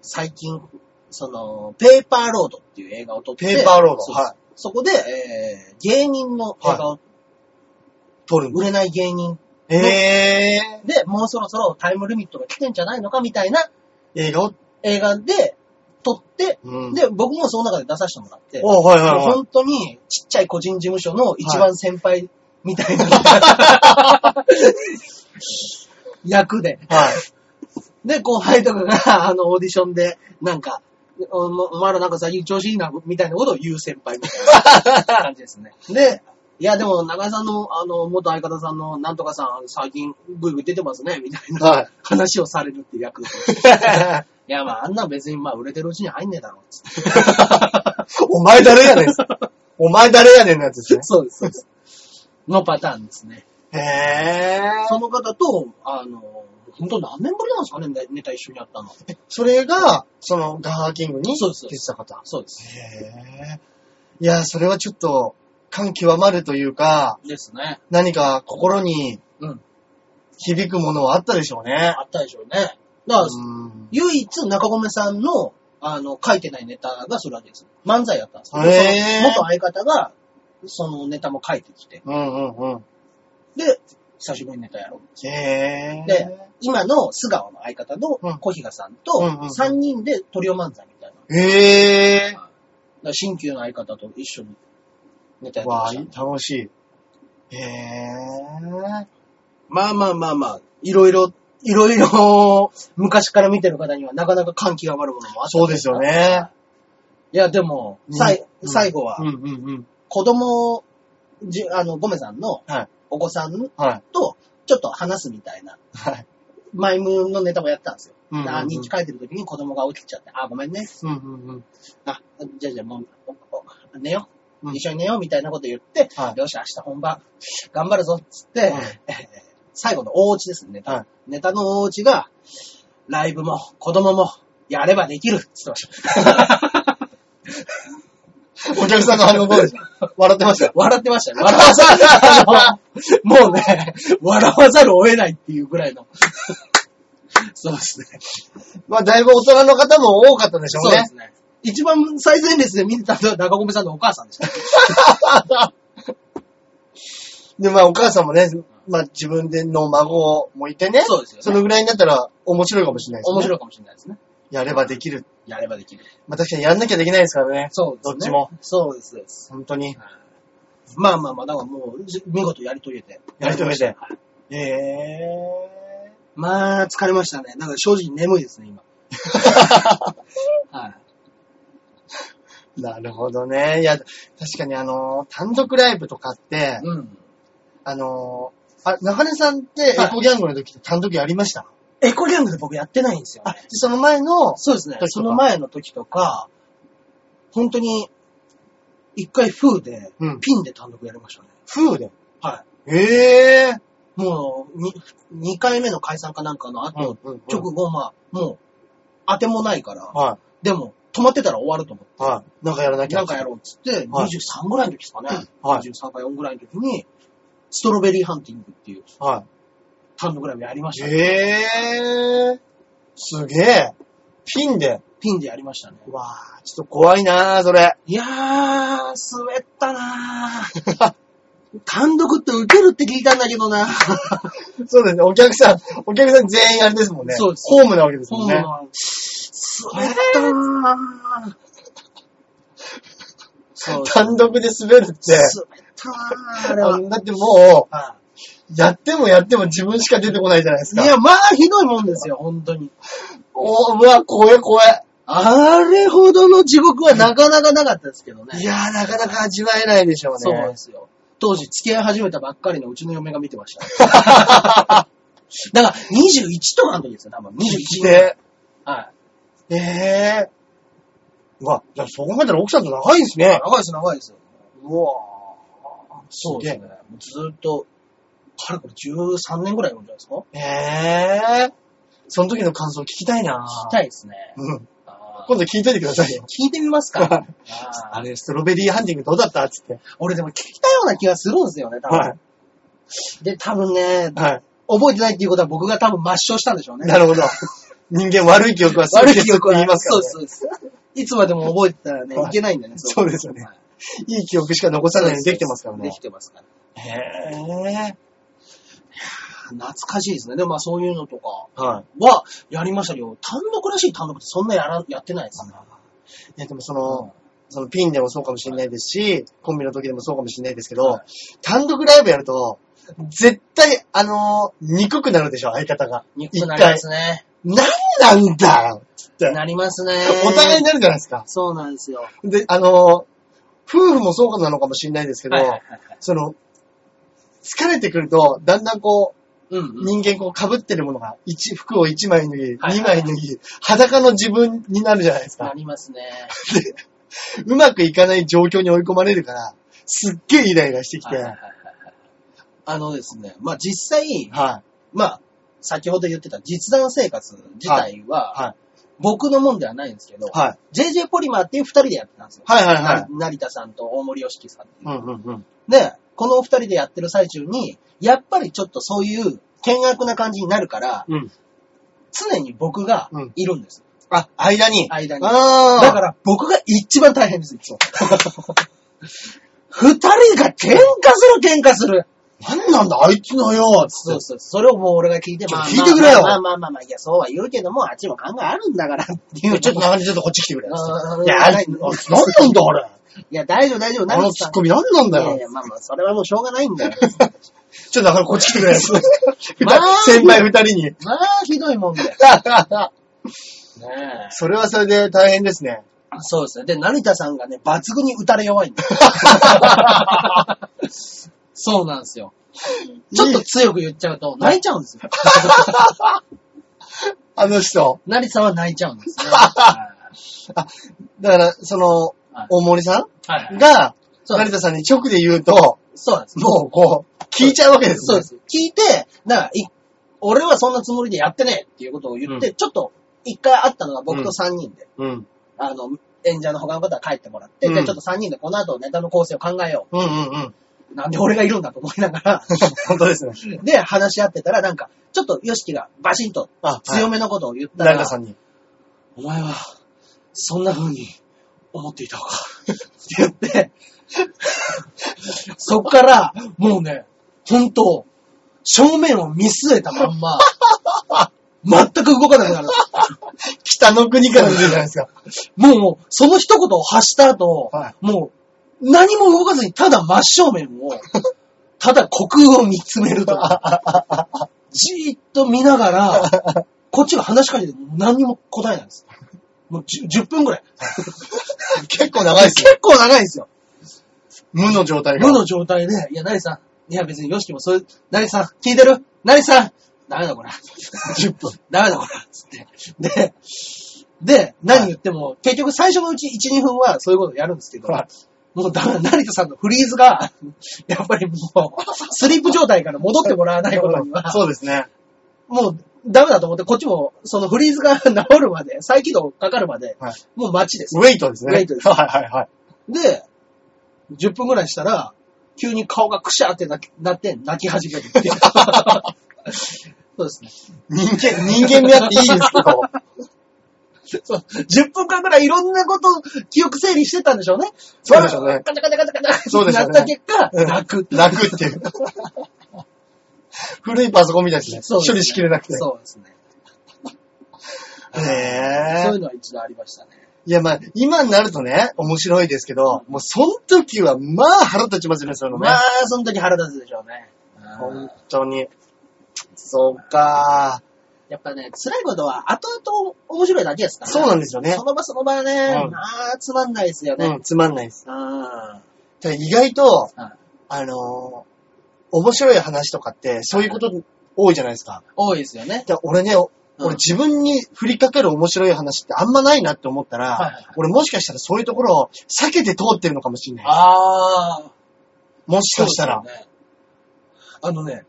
S2: 最近、その、ペーパーロードっていう映画を撮って、
S1: ペーパーロード
S2: そうです
S1: はい
S2: そこで、えー芸人の映画を、
S1: 撮るんだ。
S2: 売れない芸人
S1: ええ
S2: で、もうそろそろタイムリミットが来てんじゃないのかみたいな
S1: 映画を、
S2: 映画で撮って、
S1: うん
S2: で、僕もその中で出させてもらって、
S1: おはいはい
S2: もう
S1: はい。
S2: 本当にちっちゃい個人事務所の一番先輩みたいな、 役で、
S1: はい。
S2: で、後輩とかが、あの、オーディションで、なんか、おお前らなんか最近調子いいな、みたいなことを言う先輩みたいな感じですね。で、いや、でも、中井さんの、あの、元相方さんの、なんとかさん、最近、ぐいぐい出てますね、みたいな
S1: はい。
S2: 話をされるっていう 役。いや、まあ、あんなん別に、まあ、売れてるうちに入んねえだろう、つって。
S1: お前誰やねん。お前誰やねんのやつですね。
S2: そうです、そうです。のパターンですね。
S1: へ
S2: そ
S1: ー。
S2: の方と、あの、本当何年ぶりなんですかね、ネネタ一緒にやったの。
S1: それが、その、ガーハーキングに
S2: そうです
S1: 出てた方。
S2: そうです。
S1: へー。いや、それはちょっと、感極まるというか、
S2: ですね。
S1: 何か心に
S2: うん。
S1: 響くものはあったでしょうね。
S2: あったでしょうね。だから、
S1: うん。
S2: 唯一中込さんの、あの、書いてないネタがそれだけです。漫才やったんですけど、
S1: へー
S2: その元相方が、そのネタも書いてきて、
S1: うんうんうん。
S2: で、久しぶりにネタやろう。
S1: へー。
S2: で今の菅川の相方の
S1: うん
S2: 小比嘉さん
S1: うんうんう
S2: と、
S1: ん
S2: 3人でトリオ漫才みたいな。だか
S1: へ
S2: ら新旧の相方と一緒にネタや
S1: ー。
S2: ってま
S1: わ
S2: した。
S1: ー、楽しい。へー。
S2: まあまあまあまあ、いろいろ、いろいろ、昔から見てる方にはなかなか感極まるものもあった。
S1: そうですよ。ね。
S2: いや、でも、
S1: うん
S2: さい
S1: うん
S2: 最後は
S1: う、んうんうん。
S2: 子供、じあの、ゴメさんの
S1: はい。
S2: お子さん
S1: はい。
S2: と、ちょっと話すみたいな、
S1: はい。
S2: マイムのネタもやったんですよ。
S1: うんうんうん
S2: あ日記書いてる時に子供が起きちゃって、あ、ごめんね。
S1: うんうんうん。
S2: あ、じゃあじゃあもうお、お寝よう。
S1: うん
S2: 一緒に寝ようみたいなこと言って、
S1: はい
S2: よし、明日本番、頑張るぞ、つって、
S1: うん
S2: 最後の大落ちですね、ネタ。
S1: はい
S2: ネタの大落ちが、ライブも、子供も、やればできる、つって ました。
S1: お客さんの反応 どうでした笑ってました。
S2: 笑ってましたね。笑わざる、あのもうね、笑わざるを得ないっていうぐらいの。そうですね。
S1: まあ、だいぶ大人の方も多かったでしょ
S2: そううで
S1: ね。
S2: すね。一番最前列で見てたのは中込さんのお母さんでした。
S1: でまあ、お母さんもね、まあ、自分での孫もいてね。
S2: そうですよね
S1: そのぐらいになったら面白いかもしれないです、ね。
S2: 面白いかもしれないですね。
S1: い。やればできる。
S2: やればできる。
S1: まあ、確かにやんなきゃできないですからね。
S2: そうです
S1: ど
S2: ね。
S1: っちも。
S2: そうですそうです。
S1: 本当に。
S2: まあまあまあ、だからもう、じ見事やり遂げて。
S1: やり遂げて
S2: は
S1: え
S2: い
S1: え
S2: まあ、疲れましたね。だから正直眠いですね、 今。はい。
S1: なるほどね。いや、確かにあの、単独ライブとかって、
S2: うん。
S1: あの、あ、中根さんってエコギャングの時って単独やりました、
S2: エコギャングで僕やってないんですよ、ね
S1: あ、。その前の、
S2: そうですね
S1: 時と。か
S2: その前の時とか、本当に、一回風で
S1: うん、
S2: ピンで単独やりましたね。
S1: 風で。
S2: は
S1: ええ
S2: い。もう、に二回目の解散かなんかの後、
S1: うんうんうん
S2: 直後、まあ、もう、当てもないから、
S1: は
S2: でも、止まってたら終わると思
S1: い。はい。なんかやらな
S2: っ
S1: き
S2: て、
S1: ゃ。
S2: なんかやろうっつって、
S1: はい
S2: 23ぐらいの時ですかね。
S1: はい
S2: 23か4ぐらいの時に、ストロベリーハンティングっていう
S1: は
S2: 単独ライブやりまし
S1: い。
S2: たね、
S1: ええー。すげえ。ピンで。
S2: ピンでやりましたね。
S1: うわあちょっと怖いなーそれ。
S2: いやー、滑ったなー。単独って受けるって聞いたんだけどな
S1: そうですね。お客さん、お客さん全員あれですもんね。
S2: そうです
S1: ホームなわけですもん
S2: そう
S1: ね。
S2: なんです滑ったなぁ。そう
S1: 単独で滑るって。
S2: 滑ったなぁ、あれは。
S1: だっても
S2: は
S1: う、やってもやっても自分しか出てこないじゃないです
S2: い
S1: か。
S2: いや、まあ、ひどいもんですよ、本当に。
S1: おー、うわ、怖え怖え。
S2: あれほどの地獄はなかなかなかったですけどね。
S1: いやー、なかなか味わえないでしょうね。
S2: そうですよ。当時、付き合い始めたばっかりのうちの嫁が見てました。 だから、21とかの時ですよ、多分。21年。
S1: で。
S2: はい。
S1: ええー。うわ、じゃあそう考えたら奥さんと長いんですね。
S2: 長いです、長いですよ。
S1: うわー
S2: そうですね。
S1: す
S2: もうずっと、かれこれ13年ぐらいいるんじゃないですか
S1: げえ。えー。その時の感想聞きたいな
S2: 聞
S1: 聞
S2: きたいですね。
S1: うん。
S2: あー
S1: 今度聞いといてくださいよ。
S2: 聞いてみますかあ
S1: あ
S2: ー
S1: れ、ストロベリーハンティングどうだったっつって。
S2: 俺でも聞いたような気がするんですよね、多分。
S1: は
S2: で、多分ね
S1: い。、はい。
S2: 覚えてないっていうことは僕が多分抹消したんでしょうね。
S1: なるほ ど。人間悪い記憶はすぐ
S2: 悪い
S1: 消
S2: 記
S1: すって
S2: 憶は
S1: 言いますから、ね。
S2: そうです、そうです。いつまでも覚えてたらね、
S1: はい
S2: いけないんだね。
S1: そうですよね
S2: はい
S1: いい記憶しか残さないようにできてますからね
S2: でき。てますから。
S1: へえ。
S2: 懐かしいですね。でもまあそういうのとか
S1: はい。
S2: はやりましたけど、単独らしい単独ってそんなやら、やってないですね。
S1: いや、でもその、そのピンでもそうかもしれないですし、コンビの時でもそうかもしれないですけど、
S2: はい
S1: 単独ライブやると、絶対、あのー憎くなるでしょ、相方が。
S2: 憎くなりますね。
S1: 何なんだよつって。
S2: なりますね。
S1: お互いになるじゃないですか。
S2: そうなんですよ。
S1: で、あのー夫婦もそうなのかもしれないですけど、
S2: はいはいはいはい
S1: その、疲れてくると、だんだんこう、
S2: うんうん。
S1: 人間こう被ってるものが、一、服を1枚脱ぎ、
S2: はい
S1: 2枚脱ぎ、裸の自分になるじゃないです
S2: な
S1: か。
S2: りますね。
S1: うまくいかない状況に追い込まれるから、すっげえイライラしてき
S2: はい
S1: て、
S2: はい
S1: は
S2: はい
S1: い。
S2: はいあのですね、まあ実際、まあ、先ほど言ってた実弾生活自体は、
S1: はいはい
S2: 僕のもんではないんですけど、
S1: はい。
S2: JJ ポリマーっていう二人でやってたんですよ。
S1: はいはいはい
S2: な成田さんと大森良樹さん。
S1: うんうんうん。
S2: で、このお二人でやってる最中に、やっぱりちょっとそういう険悪な感じになるから、
S1: うん。
S2: 常に僕がいるんです。
S1: あ、間に。
S2: 間に。
S1: ああ。
S2: だから僕が一番大変です、いつも。二人が喧嘩する、喧嘩する。
S1: なんなんだ、あいつのよ、つ
S2: そ
S1: っ
S2: う
S1: て。
S2: そう。それをもう俺が聞いて、
S1: ちょ聞いてくれよ
S2: まあまあまあまあまあ、いや、そうは言うけども、あっちも考えあるんだから、っていう。
S1: ちょっと中にちょっとこっち来てくれ。つって
S2: あー
S1: いや、あれ、あれなんなんだ、あれ。
S2: いや、大丈夫、大丈夫、
S1: あ
S2: 成
S1: の
S2: 田
S1: ツ
S2: さ
S1: ッ
S2: ん。
S1: コミなんなんだ
S2: いや
S1: よ
S2: い。や、まあまあ、それはもうしょうがないんだよ。
S1: ちょっとだからこっち来てくれ。
S2: まあ
S1: 先輩二人に。
S2: まあ、ひどいもんだよ。ねえ。
S1: それはそれで大変ですね。
S2: そうですね。で、成田さんがね、抜群に打たれ弱いんだよ。 そうなんですよ。ちょっと強く言っちゃうと、泣いちゃうんですよ。
S1: あの人。
S2: 成田さんは泣いちゃうんですね。は
S1: だから、その
S2: はい、
S1: 大森さ
S2: いはいは
S1: ん
S2: い。
S1: が、
S2: そうなん
S1: 成
S2: で
S1: 田さんに直で言うと、
S2: す。そうなんです。
S1: もうこう、聞いちゃうわけです
S2: そう
S1: ね
S2: で。す。聞いて、だから、い俺はそんなつもりでやってねえっていうことを言って、ちょっと、一回会ったのが僕と3人で、
S1: うん。
S2: あの、演者の他の方は帰ってもらって、
S1: うん
S2: で、ちょっと3人でこの後ネタの構成を考えよ
S1: うんうんうん。
S2: う。なんで俺がいるんだと思いながら、
S1: 本当 ですね。
S2: で、話し合ってたら、なんか、ちょっと、ヨシキがバシンと
S1: あ、
S2: 強
S1: め。
S2: めのことを言ったら、
S1: 成田さんに。
S2: お前は、そんな風に思っていたのか。って言って、そっから、もうね、本当正面を見据えたまんま、全く動かなくなる。
S1: 北の国から出てるじゃないですか。
S2: もう、その一言を発した後、
S1: はい
S2: もう、何も動かずに、ただ真正面を、ただ虚空を見つめるとか、じーっと見ながら、こっちが話しかけても何にも答えないんです。もうじゅ 10, 分ぐらい。
S1: 結構長いですね。
S2: 結構長いんですよ。
S1: 無の状態が。
S2: 無の状態で、いや、なりさん、いや別によしきもそういう、なりさん、聞いてるなりさん、ダメだこれ。
S1: 10分。
S2: ダメだこれ。つって。で、で、何言っても、結局最初のうち1、2分はそういうことやるんですけど、
S1: はい
S2: もうダメだ、成田さんのフリーズが、 やっぱりもう、スリープ状態から戻ってもらわないことに は、
S1: そうですね。
S2: もうダメだと思って、こっちも、そのフリーズが 治るまで、再起動かかるまで、
S1: はい
S2: もう待ちです。
S1: ウェイトですね。
S2: ウェイトです
S1: はいはいはい。
S2: で、10分ぐらいしたら、急に顔がクシャーってなきなって、泣き始めるっていうそう ですね。
S1: 人間、人間であっていいですけど。
S2: そう、10分間ぐらいいろんなこと、記憶整理してたんでしょうね。
S1: そうでしょうね
S2: カチャカチャカチャカチャ
S1: そうでしょ
S2: な
S1: う
S2: っ
S1: ね
S2: た結果、
S1: うん
S2: 泣く。
S1: 楽っていう。 古いパソコンみたいですね。
S2: そうですね
S1: 処理しきれなくて。
S2: そうですね。
S1: ねえ
S2: そういうのは一度ありましたね。
S1: いや、まあ、今になるとね、面白いですけど、もう、その時は、まあ、腹立ちますよね、そういうのね。
S2: まあ、その時腹立つでしょうね。うん
S1: 本当に。そうか。
S2: やっぱね、辛いことは後々面白いだけですから、
S1: そうなんですよね
S2: そ。の場その場はね、
S1: うん
S2: まあ、つまんないですよ
S1: う
S2: ね。
S1: ん、つまんないです。
S2: あ
S1: ただ意外と、
S2: あうん
S1: あのー面白い話とかって、そういうこと多いじゃないですか。
S2: 多いですよね。
S1: で俺ね、お
S2: うん
S1: 俺自分に降りかかる面白い話ってあんまないなって思ったら、
S2: はいはい
S1: 俺もしかしたらそういうところを避けて通ってるのかもしれない。
S2: ああ、
S1: もしかしたら。
S2: そうですよねあのね、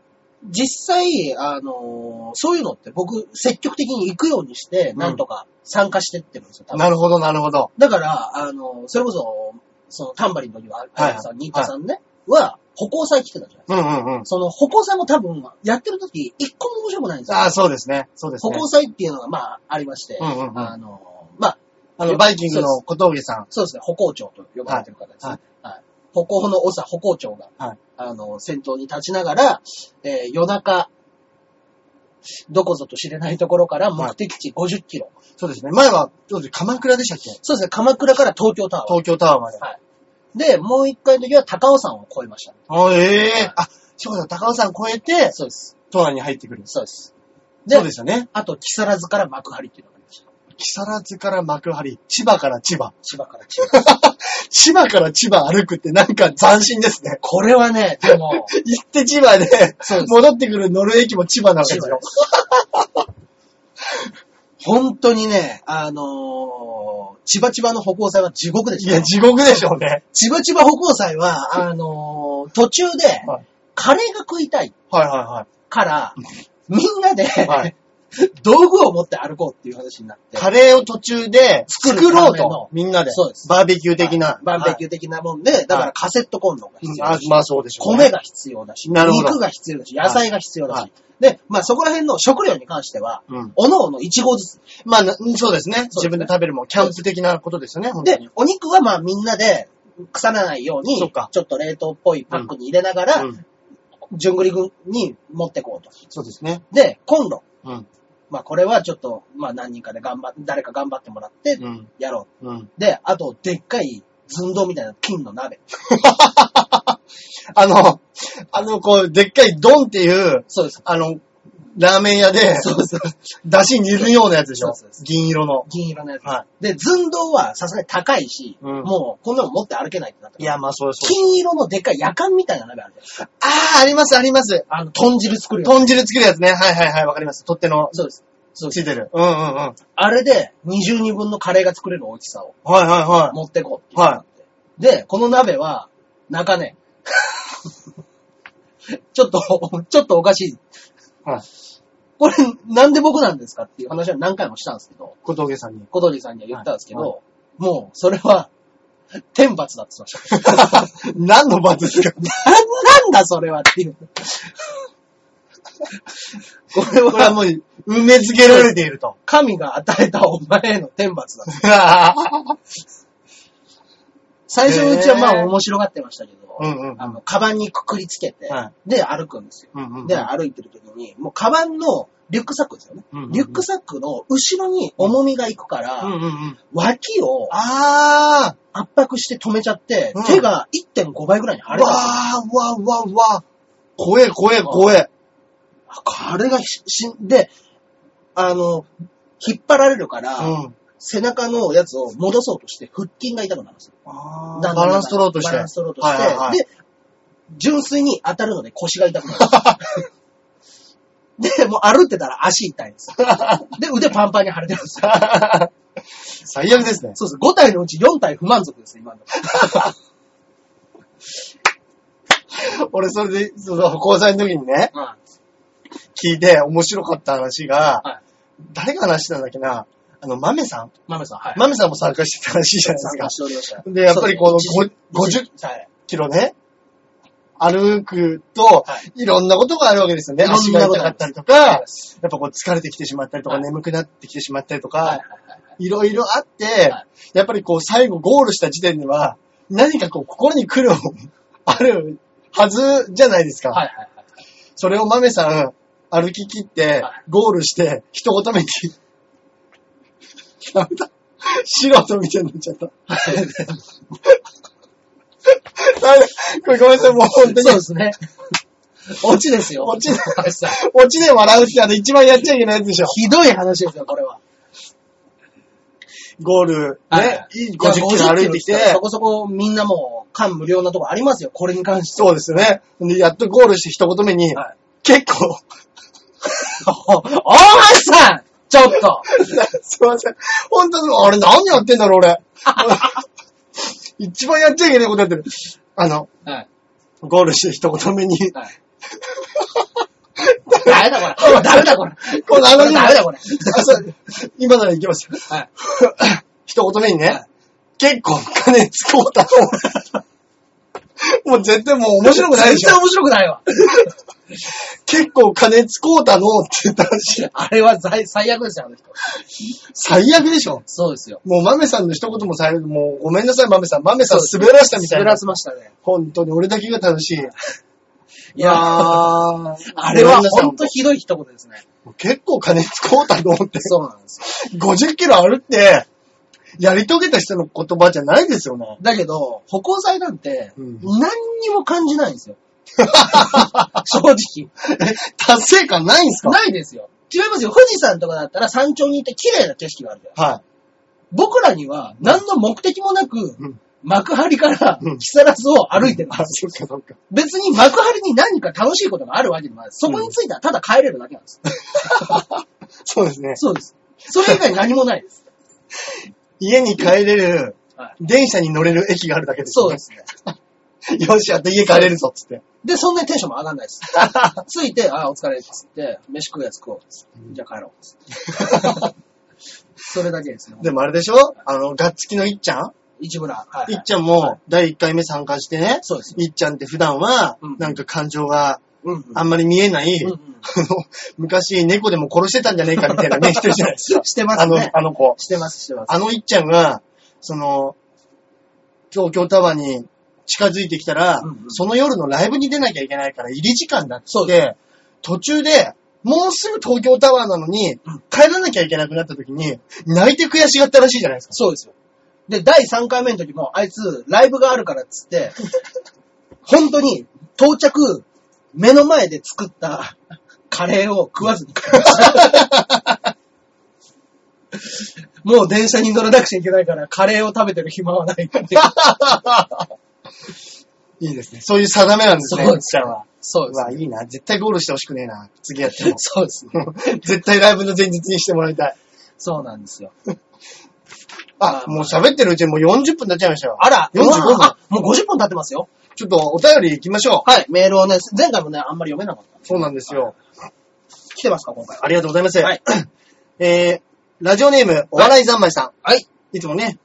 S2: 実際、あのーそういうのって僕、積極的に行くようにして、
S1: ん
S2: なんとか参加してってるんですよ、多分
S1: なるほど、なるほど。
S2: だから、あのーそれこそ、そのタンバリンの時は、あ
S1: はい
S2: やさん、新田さんね、は、歩行祭来てたじゃない
S1: うんうんうん。
S2: その歩行祭も多分、やってる時、一個も面白くないんですよ。
S1: ああ、そうですね。そうです
S2: 歩
S1: ね。
S2: 行祭っていうのが、まあ、ありまして、
S1: うんうんうん
S2: あのーまあ、
S1: あの、バイキングの小峠さん。
S2: そうですね、歩行長と呼ばれてる方ですね。
S1: は
S2: はい歩行の長、歩行長が、
S1: はい
S2: あの、先頭に立ちながら、えー夜中、どこぞと知れないところから目的地50キロ。
S1: そうですね。前は、どうです鎌倉でしたっけ
S2: そうですね、鎌倉から東京タワー。
S1: 東京タワーまで。
S2: はいで、もう一回の時は高尾山を越えました。
S1: あええあ、そうだ、高尾山越えて、
S2: そうです。
S1: 都内に入ってくる。
S2: そうです。で、
S1: そうですよね。
S2: あと、木更津から幕張っていうのがありました。
S1: 木更津から幕張、千葉から千葉。
S2: 千葉から千葉。
S1: 千葉から千葉歩くってなんか斬新ですね。
S2: これはね、でも、
S1: 行って千葉で
S2: そうで、す
S1: 戻ってくる乗る駅も千葉なわけで
S2: 千
S1: す
S2: 葉
S1: よ
S2: で。す。本当にね、あのー、千葉千葉の歩行祭は地獄で
S1: い
S2: した
S1: や、。地獄でしょうね。
S2: 千葉千葉歩行祭は、あのー、途中で
S1: はい、
S2: カレーが食いたい
S1: はいは
S2: から、みんなで、
S1: いはい。はい、
S2: 道具を持って歩こうっていう話になって。
S1: カレーを途中で
S2: 作る
S1: 作ろう
S2: ための
S1: と。みんなで。
S2: そうです
S1: バーベキュー的な。
S2: バーベキ
S1: ュ
S2: ュー的なもんで、だからカセットコンロが必要だ
S1: あ
S2: し、
S1: まあそうでしょう、
S2: 米。が必要だし、
S1: なるほど
S2: 肉が必要だし、野菜が必要だし。
S1: はい
S2: で、まあそこら辺の食料に関しては、
S1: うん。
S2: おのおの1合ずつ。
S1: まあ、なそうですね。
S2: そうですね
S1: 自分で食べるもん。キャンプ的なことですよね、本当
S2: で
S1: に。、
S2: お肉はまあみんなで腐らないように、
S1: そっか
S2: ちょっと冷凍っぽいパックに入れながら、
S1: うん、
S2: じゅんぐりぐに持ってこうと。
S1: そうですね。
S2: で、コンロ。
S1: うん。
S2: まあこれはちょっと、まあ何人かで頑張っ、誰か頑張ってもらって
S1: うん。
S2: やろ
S1: うん。
S2: う。で、あと、でっかい寸胴みたいな金の鍋。
S1: あの、あの、こう、でっかいドンっていう、
S2: そうです。
S1: あの、ラーメン屋で、
S2: そうそう。
S1: 出汁煮るようなやつでしょ
S2: そうそうそ。
S1: 銀色の。
S2: 銀色のやつ。
S1: は
S2: で、寸胴はさすがに高いし、
S1: うん
S2: もうこんなの持って歩けないってなった。
S1: いや、まあそうそう。
S2: 金色のでっかい夜間みたいな鍋あるじゃないですか。
S1: ああ、あります、あります。
S2: あの、豚汁作るよ。
S1: 豚汁作るやつね。はいはいはい、わかります。取っ手の、
S2: そうです。そう
S1: つ
S2: で
S1: い
S2: す。
S1: てる。うんうんうん。はい
S2: あれで、20人分のカレーが作れる大きさを
S1: はいはい。
S2: 持ってこうっていうのがあって。で、この鍋は、中ね、 ちょっと、ちょっとおかしい。
S1: はい。
S2: これ、なんで僕なんですかっていう話は何回もしたんですけど、
S1: 小峠さんに。
S2: 小鳥さんには言ったんですけど、
S1: はい
S2: もう、それは、天罰だって言ってました。
S1: 何の罰です か
S2: なんだそれはっていう。これ
S1: これは
S2: は
S1: もう、埋め付けられている と。
S2: 神が与えたお前への天罰だ。最初のうちはまあ
S1: へー
S2: 面白がってましたけど、
S1: うんうん
S2: あの、カバンにくくりつけて、
S1: は
S2: で歩くんですよ。
S1: うんうんうん
S2: で、歩いてる時に、もうカバンのリュックサックですよね。
S1: うんうんうん
S2: リュックサックの後ろに重みがいくから、
S1: うんうんうん。
S2: 脇を
S1: あ
S2: 圧迫して止めちゃって、
S1: うん
S2: 手が1.5倍ぐらいに
S1: あ
S2: 腫
S1: わ
S2: れたんですよ。
S1: あわあわあわあ怖え怖え怖え。
S2: あれがししんで、あの、引っ張られるから、
S1: うん。
S2: 背中のやつを戻そうとして腹筋が痛くなるんですよ。
S1: あ
S2: だ
S1: ーバ
S2: んだんだんだん
S1: ランス取ろうとして。
S2: バランス取ろうとして。
S1: はいはいはい
S2: で、純粋に当たるので腰が痛くなる。 で、もう歩ってたら足痛いんですよ。で、腕パンパンに腫れてるんですよ。
S1: 最悪ですね。
S2: そうです。5体のうち4体不満足ですね、今の。
S1: 俺、それで、その、交際の時にね、
S2: は
S1: 聞いて面白かった話が、
S2: はい
S1: 誰が話してたんだっけな、あの、豆さん
S2: い。マメさん、はい。
S1: 豆さんも参加してたらしいじゃない
S2: 参
S1: で
S2: 加
S1: す
S2: しておりました。
S1: か。で、やっぱりこのご50
S2: 50、はい。
S1: キロね、歩くと、
S2: はい
S1: いろんなことがあるわけですよね。
S2: いろん
S1: 足
S2: な
S1: が
S2: こと
S1: 痛
S2: が
S1: か
S2: あり
S1: ったり
S2: ます
S1: とか、
S2: は
S1: や
S2: い
S1: っぱこう疲れてきてしまったりとか、
S2: はい
S1: 眠くなってきてしまったりとか、
S2: はい
S1: い
S2: はいはい
S1: ろいろあって、
S2: はい
S1: やっぱりこう最後ゴールした時点では、何かこう心に苦労 あるはずじゃないですか。
S2: はいはいはい。
S1: それを豆さん、歩き切って
S2: はい、
S1: ゴールして、一言目に、ダメだ。素人みたいになっちゃった。ダメだ。これごめんなさい、もう本当
S2: そう
S1: に
S2: で。すね。オチですよ。
S1: 落ちで、
S2: マメさん
S1: 落ちで笑うってあの一番やっちゃいけないやつでしょ。
S2: ひどい話ですよ、これは。
S1: ゴール、
S2: はい
S1: ね、いい50キロ歩いてきて、
S2: そこそこみんなもう感無量なとこありますよ、これに関しては。
S1: そうですよね。でやっとゴールして一言目に
S2: はい、
S1: 結構、
S2: お大橋さんちょっと
S1: すいません。本当に、あれ何やってんだろう、俺。一番やっちゃいけないことやってる。あの、
S2: はい。
S1: ゴールして一言 目に、
S2: はい。ダメだこれダメだこれ
S1: この話も
S2: ダメだこれ
S1: あそう今なら行きますよ。
S2: はい。
S1: 一言目にね、
S2: はい
S1: 結構金使うた。 もう絶対もう面白くないでし
S2: 絶対
S1: ょ。
S2: 面白くないわ
S1: 結構金使うたのって言ったらしい。
S2: あれは最最悪ですよ、あの人。
S1: 最悪でしょ。
S2: そうですよ。
S1: もう豆さんの一言も最悪。もうごめんなさい、豆さん。豆さん滑らしたみたい
S2: 滑
S1: な
S2: ら。せましたね。
S1: 本当に俺だけが楽しい。
S2: いやー、
S1: あ
S2: あれはほん
S1: 本
S2: とひどい一言です ね。
S1: 当結構金使うたのって。
S2: そうなんですよ。
S1: 50キロ歩って、やり遂げた人の言葉じゃないですよね。
S2: だけど、歩行剤なんて、
S1: うん
S2: 何にも感じないんです よ。正直。
S1: 達成感ないんすか
S2: ないですよ。違いますよ。富士山とかだったら山頂に行って綺麗な景色があるじゃん。
S1: は
S2: 僕らには何の目的もなく、
S1: うん
S2: 幕張から
S1: うん
S2: 木更津を歩いてる
S1: い。
S2: んで
S1: あ、
S2: す。
S1: そっかそっか。
S2: 別に幕張に何か楽しいことがあるわけでもない。そこについてはただ帰れるだけなんです。
S1: そうですね。
S2: そうです。それ以外何もな いです。
S1: 家に帰れる
S2: は、
S1: 電車に乗れる駅があるだけです、
S2: そうですね。
S1: す。よし、やっと家帰れるぞ、つって。
S2: で、そんなにテンションも上が んないです。ついて、ああ、お疲れっつって、飯食うやつ食おうっつってじゃあ帰ろうっ つってそれだけですね。
S1: でもあれでしょあの、ガッツキのいっちゃん
S2: 市村。はい、
S1: い
S2: は
S1: っ
S2: い。
S1: ちゃんも第1回目参加してね、
S2: そうです。
S1: いっちゃんって普段は
S2: うん、
S1: なんか感情が
S2: うんうん。
S1: あんまり見えない、
S2: うんう
S1: あ
S2: ん
S1: の、昔猫でも殺してたんじゃねえかみたいなね、人いるじゃないです か。
S2: してま
S1: あ
S2: す
S1: の
S2: ね、。
S1: あの子。
S2: してます、してます。
S1: あのいっちゃんが、その、東京タワーに近づいてきたら、
S2: うんうん
S1: その夜のライブに出なきゃいけないから入り時間だっつ
S2: そう
S1: っ
S2: で
S1: て、途中で、もうすぐ東京タワーなのに
S2: うん、
S1: 帰らなきゃいけなくなった時に、泣いて悔しがったらしいじゃないですか。
S2: そうですよ。で、第3回目の時も、あいつ、ライブがあるからっ つって、本当に、到着、目の前で作った、カレーを 食わずに帰りました。もう電車に乗らなくちゃいけないから、カレーを食べてる暇はないっていう。
S1: いいですね。そういう定めなんですね、
S2: そう
S1: いっ
S2: です
S1: ちゃんは。
S2: そう
S1: う
S2: です。
S1: わ、いいな。絶対ゴールしてほしくねえな。次やっても
S2: そうですね。
S1: 絶対ライブの前日にしてもらいたい。
S2: そうなんですよ。
S1: あ、もう喋ってるうちにもう40分経っちゃいましたよ。
S2: あら、
S1: 45分
S2: あ、もう50分経ってますよ。
S1: ちょっとお便り行きましょう。
S2: はい、メールをね、前回もね、あんまり読めなかった。
S1: そうなんですよ。
S2: 来てますか、今回は。
S1: ありがとうございます。
S2: はい。
S1: えー、ラジオネーム、お笑い三昧さん。
S2: はい。
S1: いつもね、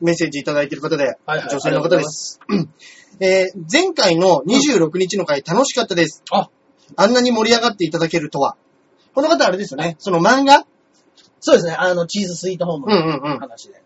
S1: メッセージいただいてる方で、
S2: はいはい
S1: 女性の方です。えー、前回の26日の回楽しかったです。
S2: あ
S1: あんなに盛り上がっていただけるとは。この方あれですよね、その漫画
S2: そうですね、あの、チーズスイートホーム
S1: うん
S2: の
S1: うんうん。
S2: 話で。